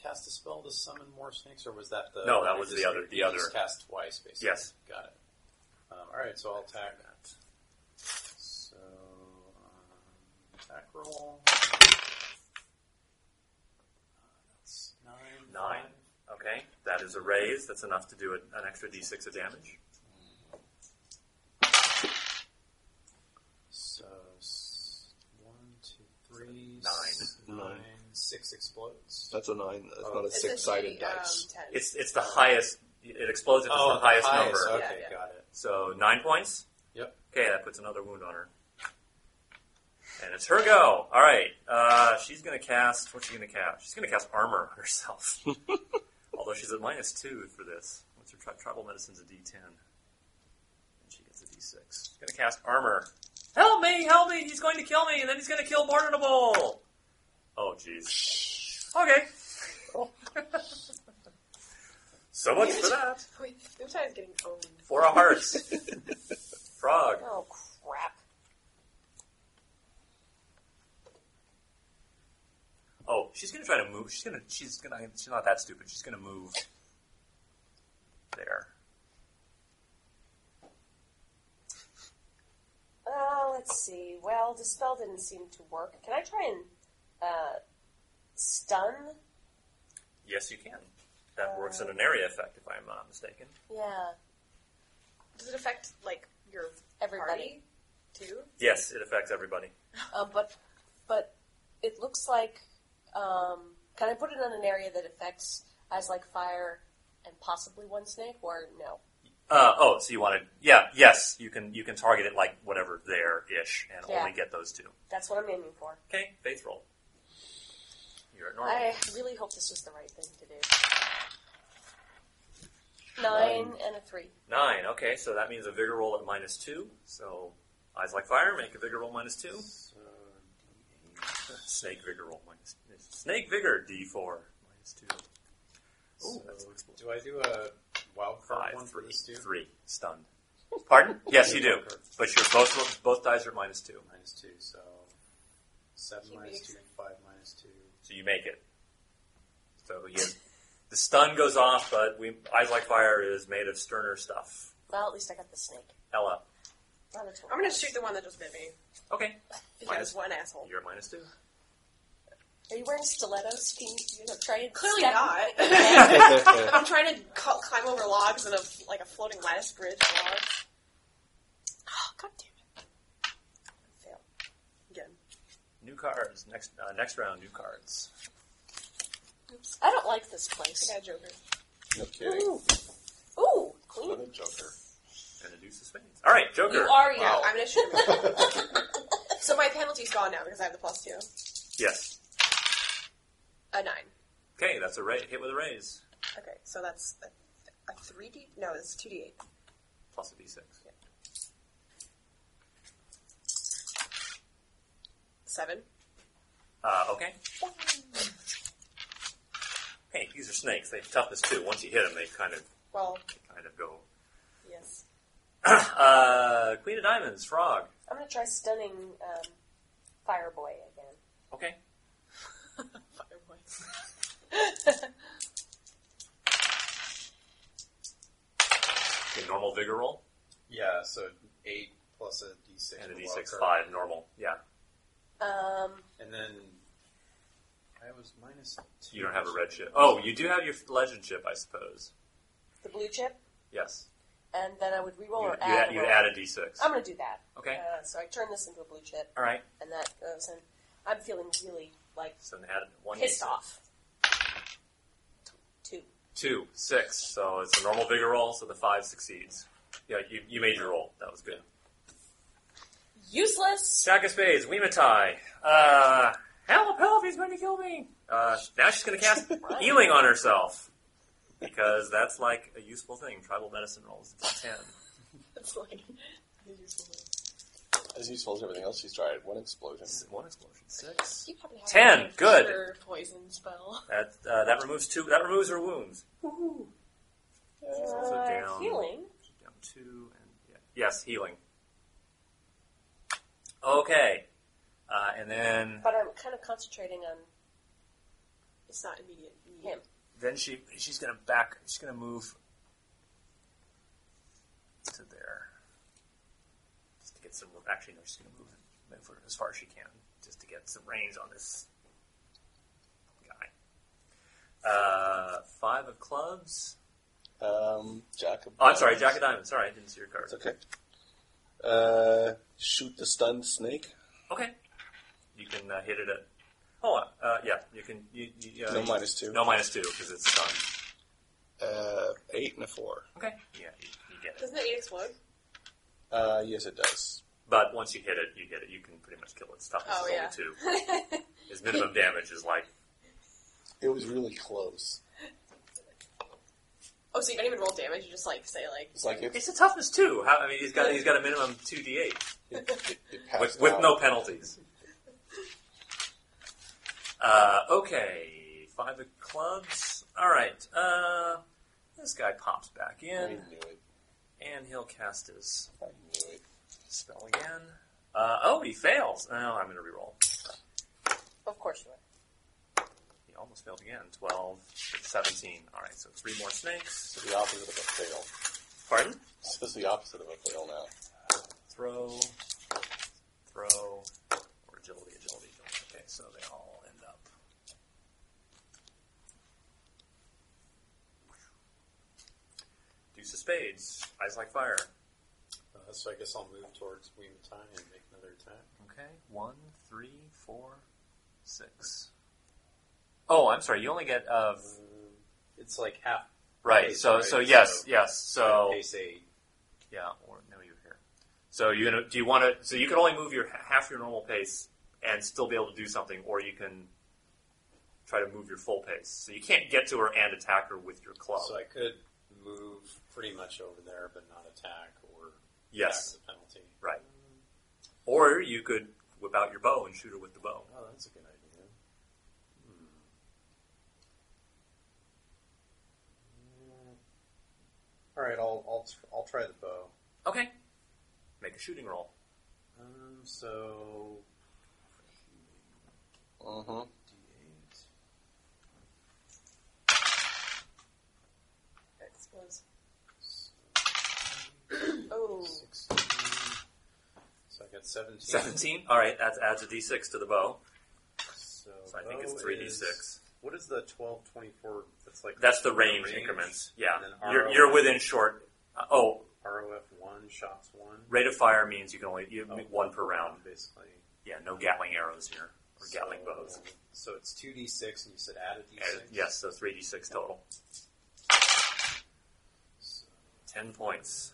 [SPEAKER 5] cast a spell to summon more snakes, or was that the
[SPEAKER 2] No, that
[SPEAKER 5] I
[SPEAKER 2] was
[SPEAKER 5] just-
[SPEAKER 2] the other- the
[SPEAKER 5] you
[SPEAKER 2] other-
[SPEAKER 5] just cast twice, basically.
[SPEAKER 2] Yes.
[SPEAKER 5] got it. Um, all right, so I'll attack that. So um, attack roll. Uh, that's nine.
[SPEAKER 2] Nine.
[SPEAKER 5] five.
[SPEAKER 2] Okay, that is a raise. That's enough to do an an extra d6 of damage.
[SPEAKER 5] So s- one, two, three,
[SPEAKER 2] Nine.
[SPEAKER 5] s- nine, six explodes.
[SPEAKER 4] that's a nine? That's
[SPEAKER 5] Oh.
[SPEAKER 4] not a
[SPEAKER 3] It's
[SPEAKER 4] six-sided
[SPEAKER 3] a, um,
[SPEAKER 4] dice.
[SPEAKER 3] ten.
[SPEAKER 2] It's it's the highest. It explodes if it's Oh,
[SPEAKER 5] Oh,
[SPEAKER 2] the highest number.
[SPEAKER 5] Okay,
[SPEAKER 3] Yeah, yeah.
[SPEAKER 5] got it.
[SPEAKER 2] So nine points.
[SPEAKER 5] Yep.
[SPEAKER 2] Okay, that puts another wound on her. And it's her go. All right. Uh, she's going to cast. What's she going to cast? She's going to cast armor on herself. Although she's at minus two for this. What's her tri- tribal medicine's a D10, and she gets a D6. She's going to cast armor. Help me! Help me! He's going to kill me, and then he's going to kill Barnable. Oh, jeez. Okay. so much for that.
[SPEAKER 3] Wait, Utah's getting owned.
[SPEAKER 2] Four of hearts. Frog.
[SPEAKER 6] Oh crap!
[SPEAKER 2] Oh, she's gonna try to move. She's gonna. She's gonna. She's not that stupid. She's gonna move there.
[SPEAKER 6] Uh, let's see. Well, dispel didn't seem to work. Can I try and uh, stun?
[SPEAKER 2] Yes, you can. That works in an area effect, if I'm not mistaken.
[SPEAKER 6] Yeah,
[SPEAKER 3] Does it affect like your
[SPEAKER 6] everybody.
[SPEAKER 3] party too?
[SPEAKER 2] Yes, it affects everybody.
[SPEAKER 6] Uh, but but it looks like. Um, can I put it on an area that affects eyes like fire and possibly one snake? Or no?
[SPEAKER 2] Uh, oh, so you wanted? Yeah. Yes, you can. You can target it like whatever there ish, and
[SPEAKER 6] Yeah.
[SPEAKER 2] only get those two.
[SPEAKER 6] That's what I'm aiming for.
[SPEAKER 2] Okay, faith roll. You're at normal.
[SPEAKER 6] I really hope this was the right thing to do. Nine and a three.
[SPEAKER 2] Nine. Okay, so that means a vigor roll at minus two. So eyes like fire, make a vigor roll minus two.
[SPEAKER 5] So,
[SPEAKER 2] Snake vigor roll minus snake vigor D four minus two. Ooh, that's
[SPEAKER 5] so do I do a wild card
[SPEAKER 2] Five,
[SPEAKER 5] one for
[SPEAKER 2] three,
[SPEAKER 5] this too?
[SPEAKER 2] three, stunned. Pardon? Yes, you do.
[SPEAKER 5] Okay.
[SPEAKER 2] But your both both dies are minus two,
[SPEAKER 5] Minus two, so seven
[SPEAKER 6] He
[SPEAKER 5] minus
[SPEAKER 6] makes
[SPEAKER 5] two,
[SPEAKER 6] it.
[SPEAKER 5] five minus two.
[SPEAKER 2] so you make it. So you, the stun goes off, but we Eyes Like Fire is made of sterner stuff.
[SPEAKER 6] Well, at least I got the snake.
[SPEAKER 2] Ella.
[SPEAKER 6] Not a toy.
[SPEAKER 3] I'm gonna shoot the one that just bit me
[SPEAKER 2] Okay.
[SPEAKER 3] because one asshole.
[SPEAKER 2] You're at minus two.
[SPEAKER 6] Are you wearing stilettos? Can you, you know, try and
[SPEAKER 3] Clearly
[SPEAKER 6] step-
[SPEAKER 3] not.
[SPEAKER 4] That's
[SPEAKER 3] I'm trying to cu- climb over logs in a like a floating lattice bridge of logs
[SPEAKER 6] Oh, God damn it!
[SPEAKER 3] Fail. again.
[SPEAKER 2] New cards. Next uh, next round, new cards.
[SPEAKER 6] Oops. I don't like this place.
[SPEAKER 3] I got a joker.
[SPEAKER 4] no kidding.
[SPEAKER 6] Ooh, ooh,
[SPEAKER 4] What
[SPEAKER 6] queen.
[SPEAKER 4] a joker.
[SPEAKER 2] And a deuce of spades. All right, Joker.
[SPEAKER 6] You are you.
[SPEAKER 4] Wow.
[SPEAKER 3] I'm gonna shoot him. so my penalty's gone now because I have the plus two.
[SPEAKER 2] Yes.
[SPEAKER 3] A nine.
[SPEAKER 2] Okay, that's a ra- hit with a raise.
[SPEAKER 3] Okay, so that's a, a three D. No, it's two D eight.
[SPEAKER 2] Plus a d6.
[SPEAKER 3] Seven.
[SPEAKER 2] Uh, okay. Hey, these are snakes. They have toughness too. Once you hit them, they kind of
[SPEAKER 3] Well,
[SPEAKER 2] they kind of go.
[SPEAKER 3] yes.
[SPEAKER 2] Uh, Queen of Diamonds, Frog.
[SPEAKER 6] I'm gonna try stunning um, Fireboy again.
[SPEAKER 2] Okay. Okay, normal vigor roll
[SPEAKER 5] Yeah, so eight plus a D six
[SPEAKER 2] and a
[SPEAKER 5] for
[SPEAKER 2] d6
[SPEAKER 5] wild card.
[SPEAKER 2] five normal. Yeah,
[SPEAKER 6] Um,
[SPEAKER 5] And then I was minus two.
[SPEAKER 2] you don't have a red chip. Oh, you do have your legend chip, I suppose.
[SPEAKER 6] the blue chip,
[SPEAKER 2] Yes,
[SPEAKER 6] and then I would
[SPEAKER 2] you,
[SPEAKER 6] re-roll
[SPEAKER 2] you,
[SPEAKER 6] or add.
[SPEAKER 2] add, you
[SPEAKER 6] roll.
[SPEAKER 2] add a d6.
[SPEAKER 6] I'm gonna do that.
[SPEAKER 2] Okay.
[SPEAKER 6] Uh, so I turn this into a blue chip,
[SPEAKER 2] All right.
[SPEAKER 6] and that goes, and I'm feeling really like
[SPEAKER 2] So then add one
[SPEAKER 6] pissed
[SPEAKER 2] d6.
[SPEAKER 6] off. Two.
[SPEAKER 2] Two, six. So it's a normal vigor roll. So the five succeeds. Yeah, you, you made your roll. That was good.
[SPEAKER 6] Useless.
[SPEAKER 2] Jack of Spades, Weematai. Uh, help, help, he's going to kill me. Uh, now she's going to cast healing on herself. Because that's like a useful thing. Tribal medicine rolls. It's a 10.
[SPEAKER 3] That's like a useful word.
[SPEAKER 4] As useful as everything else she's tried, one explosion.
[SPEAKER 2] S- One explosion. Six.
[SPEAKER 3] You probably have
[SPEAKER 2] Ten,
[SPEAKER 3] a
[SPEAKER 2] good.
[SPEAKER 3] cure poison spell.
[SPEAKER 2] That, uh, that removes two. That removes her wounds. also
[SPEAKER 6] Uh,
[SPEAKER 2] down.
[SPEAKER 6] healing.
[SPEAKER 2] Down two. and yeah. Yes, healing. Okay. Uh, and then
[SPEAKER 6] But I'm kind of concentrating on.
[SPEAKER 3] It's not immediate. need.
[SPEAKER 6] Him.
[SPEAKER 2] then she she's gonna back she's gonna move to there just to get some actually no she's gonna move move her as far as she can just to get some range on this guy uh, five of clubs
[SPEAKER 4] Um, Jack of
[SPEAKER 2] oh I'm sorry jack of diamonds sorry I didn't see your card
[SPEAKER 4] It's okay. Uh, shoot the stunned snake.
[SPEAKER 2] okay you can uh, hit it at oh uh, yeah you can you, you, uh,
[SPEAKER 4] No minus two.
[SPEAKER 2] no minus two because it's done
[SPEAKER 4] Uh, eight and a four.
[SPEAKER 2] okay yeah you, you get it
[SPEAKER 3] Doesn't the eight explode?
[SPEAKER 4] Uh, yes, it does.
[SPEAKER 2] But once you hit it, you hit it. You can pretty much kill it. Stop. This
[SPEAKER 3] Oh,
[SPEAKER 2] is
[SPEAKER 3] yeah.
[SPEAKER 2] only two. His minimum damage is like
[SPEAKER 4] It was really close.
[SPEAKER 3] Oh, so you don't even roll damage. You just like say like
[SPEAKER 4] It's like it,
[SPEAKER 2] it's a toughness two. How, I mean, he's got he's got a minimum two d eight.
[SPEAKER 4] it, it, it passed
[SPEAKER 2] with, with
[SPEAKER 4] out.
[SPEAKER 2] no penalties. Uh, okay, five of clubs. All right, uh, this guy pops back
[SPEAKER 4] I knew
[SPEAKER 2] in,
[SPEAKER 4] it.
[SPEAKER 2] and he'll cast his
[SPEAKER 4] I knew it.
[SPEAKER 2] spell again. Uh, oh, he fails. Oh, I'm going to reroll.
[SPEAKER 6] Of course you would.
[SPEAKER 2] He almost failed again. 12, 17. All right, so three more snakes.
[SPEAKER 4] It's the opposite of a fail.
[SPEAKER 2] Pardon?
[SPEAKER 4] It's just the opposite of a fail now.
[SPEAKER 2] Throw, throw, or agility, agility, agility. Okay, so they all end up. Deuce of spades, eyes like fire.
[SPEAKER 5] Uh, so I guess I'll move towards Wimatai and make another attack.
[SPEAKER 2] Okay, one, three, four, six. Oh, I'm sorry. You only get uh,
[SPEAKER 5] Um, it's like half.
[SPEAKER 2] right.
[SPEAKER 5] base,
[SPEAKER 2] So
[SPEAKER 5] right?
[SPEAKER 2] so yes, yes. So
[SPEAKER 5] base eight.
[SPEAKER 2] yeah, or no, you're here. So you're gonna do you want to? So you can only move your half your normal pace and still be able to do something, or you can try to move your full pace. So you can't get to her and attack her with your club.
[SPEAKER 5] So I could move pretty much over there, but not attack or
[SPEAKER 2] yes,
[SPEAKER 5] attack the penalty.
[SPEAKER 2] right. Or you could whip out your bow and shoot her with the bow.
[SPEAKER 5] Oh, that's a good idea. Hmm. All right, I'll I'll tr- I'll try the bow.
[SPEAKER 2] Okay, make a shooting roll.
[SPEAKER 5] Um, so
[SPEAKER 4] Mm-hmm.
[SPEAKER 5] D8.
[SPEAKER 3] I suppose. Oh,
[SPEAKER 5] 16. So I got 17.
[SPEAKER 2] Seventeen. All right, that adds a d6 to the bow.
[SPEAKER 5] So,
[SPEAKER 2] So I think
[SPEAKER 5] bow
[SPEAKER 2] it's three d6.
[SPEAKER 5] is- What is the 12, 24? That's like
[SPEAKER 2] That's the range,
[SPEAKER 5] range.
[SPEAKER 2] increments. Yeah,
[SPEAKER 5] And then
[SPEAKER 2] you're,
[SPEAKER 5] ROF.
[SPEAKER 2] you're within short. Uh, oh,
[SPEAKER 5] ROF 1, shots 1.
[SPEAKER 2] rate of fire means you can only you
[SPEAKER 5] Oh,
[SPEAKER 2] one per round.
[SPEAKER 5] Basically.
[SPEAKER 2] Yeah, no Gatling arrows here or
[SPEAKER 5] So-
[SPEAKER 2] Gatling bows.
[SPEAKER 5] So it's 2d6, and you said add a d6?
[SPEAKER 2] And, yes, so three d six total.
[SPEAKER 5] So,
[SPEAKER 2] Ten points.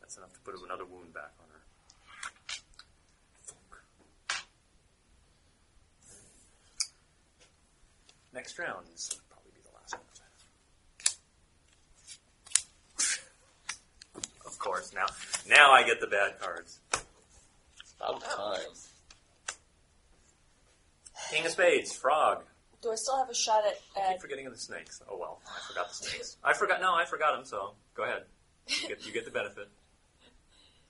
[SPEAKER 2] That's enough to put another wound back on her. Next round is will probably be the last one. Of course, now now I get the bad cards.
[SPEAKER 4] About time.
[SPEAKER 2] King of Spades, Frog.
[SPEAKER 6] Do I still have a shot at?
[SPEAKER 2] I
[SPEAKER 6] at
[SPEAKER 2] keep forgetting the snakes. Oh well, I forgot the snakes. I forgot. No, I forgot them. So go ahead. You get, you get the benefit.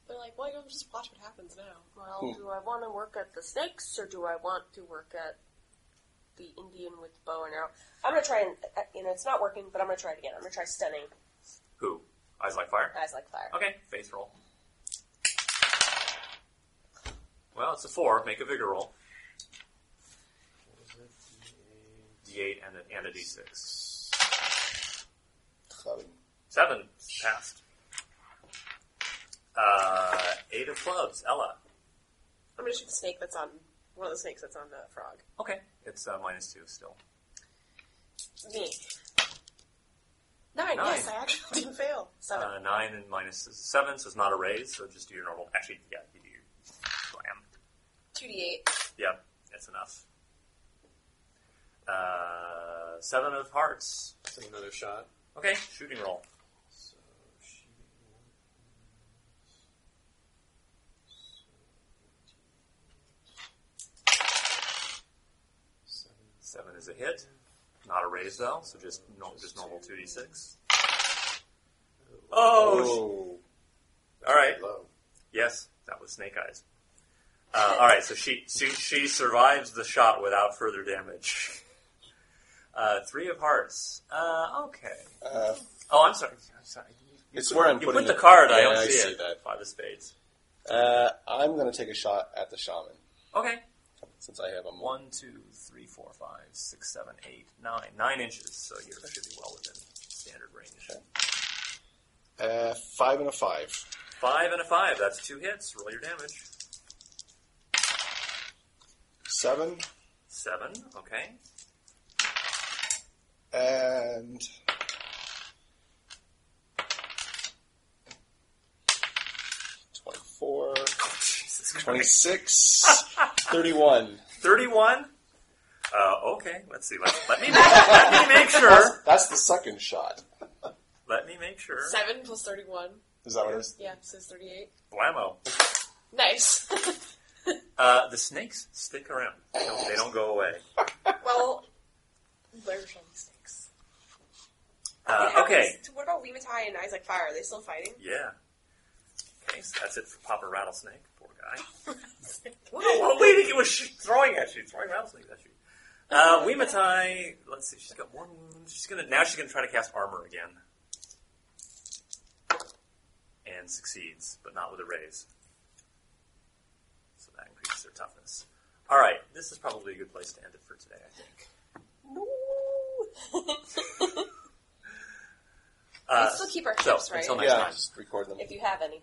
[SPEAKER 3] they're like, well, you'll just watch what happens now.
[SPEAKER 6] well,
[SPEAKER 4] Hmm.
[SPEAKER 6] do I want to work at the snakes or do I want to work at the Indian with bow and arrow? I'm gonna try and uh, you know it's not working, but I'm gonna try it again. I'm gonna try stunning
[SPEAKER 2] Who? Eyes like fire.
[SPEAKER 6] eyes like fire.
[SPEAKER 2] Okay, face roll. Well, it's a four. Make a vigor roll.
[SPEAKER 5] what was it? D8.
[SPEAKER 2] D8 and a, and a D6.
[SPEAKER 4] Seven.
[SPEAKER 2] Seven passed. Uh, eight of clubs. Ella.
[SPEAKER 3] I'm gonna shoot the snake that's on one of the snakes that's on the frog.
[SPEAKER 2] Okay, it's uh, minus two still.
[SPEAKER 3] Me. Nine.
[SPEAKER 2] Nine.
[SPEAKER 3] Yes, I actually didn't fail. Seven.
[SPEAKER 2] Uh, nine and minus seven, so it's not a raise. So just do your normal. Actually, yeah, you do your slam.
[SPEAKER 3] Two d eight.
[SPEAKER 2] Yep, that's enough. Uh, seven of hearts.
[SPEAKER 5] So another shot.
[SPEAKER 2] Okay, shooting roll.
[SPEAKER 5] So shooting one. So, Seven.
[SPEAKER 2] Seven is a hit. Not a raise though, so just no, just normal two d six. Oh, sh- all right.
[SPEAKER 5] Low.
[SPEAKER 2] Yes, that was Snake Eyes. Uh, all right, so she, she she survives the shot without further damage. Uh, three of hearts. Uh, okay.
[SPEAKER 4] Uh,
[SPEAKER 2] Oh, I'm sorry. I'm sorry.
[SPEAKER 4] it's where I'm
[SPEAKER 2] You
[SPEAKER 4] putting
[SPEAKER 2] put the card. I
[SPEAKER 4] Yeah,
[SPEAKER 2] don't
[SPEAKER 4] I
[SPEAKER 2] see,
[SPEAKER 4] see
[SPEAKER 2] it.
[SPEAKER 4] that.
[SPEAKER 2] Five of spades.
[SPEAKER 4] Uh, I'm going to take a shot at the shaman
[SPEAKER 2] Okay.
[SPEAKER 4] since I have a mo-
[SPEAKER 2] One, two, three, four, five, six, seven, eight, nine. Nine inches, so you should be well within standard range.
[SPEAKER 4] Uh, five and a five.
[SPEAKER 2] Five and a five, that's two hits. Roll your damage.
[SPEAKER 4] Seven
[SPEAKER 2] Seven, okay.
[SPEAKER 4] and twenty-four.
[SPEAKER 2] Jesus
[SPEAKER 4] 26, 31.
[SPEAKER 2] 31? Uh, okay, let's see. Let, let, me, make, let me make sure.
[SPEAKER 4] That's the second shot.
[SPEAKER 2] Let me make sure.
[SPEAKER 3] Seven plus thirty-one.
[SPEAKER 4] Is that what it is?
[SPEAKER 3] Yeah, so it's thirty-eight.
[SPEAKER 2] Blammo.
[SPEAKER 3] Nice.
[SPEAKER 2] Uh, the snakes stick around. They don't, they don't go away.
[SPEAKER 3] well, there's some mistakes.
[SPEAKER 2] Uh, okay.
[SPEAKER 6] To what about Lematai and Eyes Like Fire? Are they still fighting?
[SPEAKER 2] Yeah. Okay, so that's it for Papa Rattlesnake. Poor guy. Oh,
[SPEAKER 3] Whoa,
[SPEAKER 2] Well, lady, it was she throwing at you, throwing rattlesnakes at you. Uh, Weimatai, let's see, she's got one. She's gonna now. She's gonna try to cast armor again, and succeeds, but not with a raise. So that increases their toughness. All right, this is probably a good place to end it for today. I think.
[SPEAKER 6] You
[SPEAKER 2] Uh,
[SPEAKER 6] still keep our
[SPEAKER 2] so
[SPEAKER 6] tips, right?
[SPEAKER 2] until next
[SPEAKER 4] Yeah,
[SPEAKER 2] time.
[SPEAKER 4] just record them.
[SPEAKER 6] If you have any.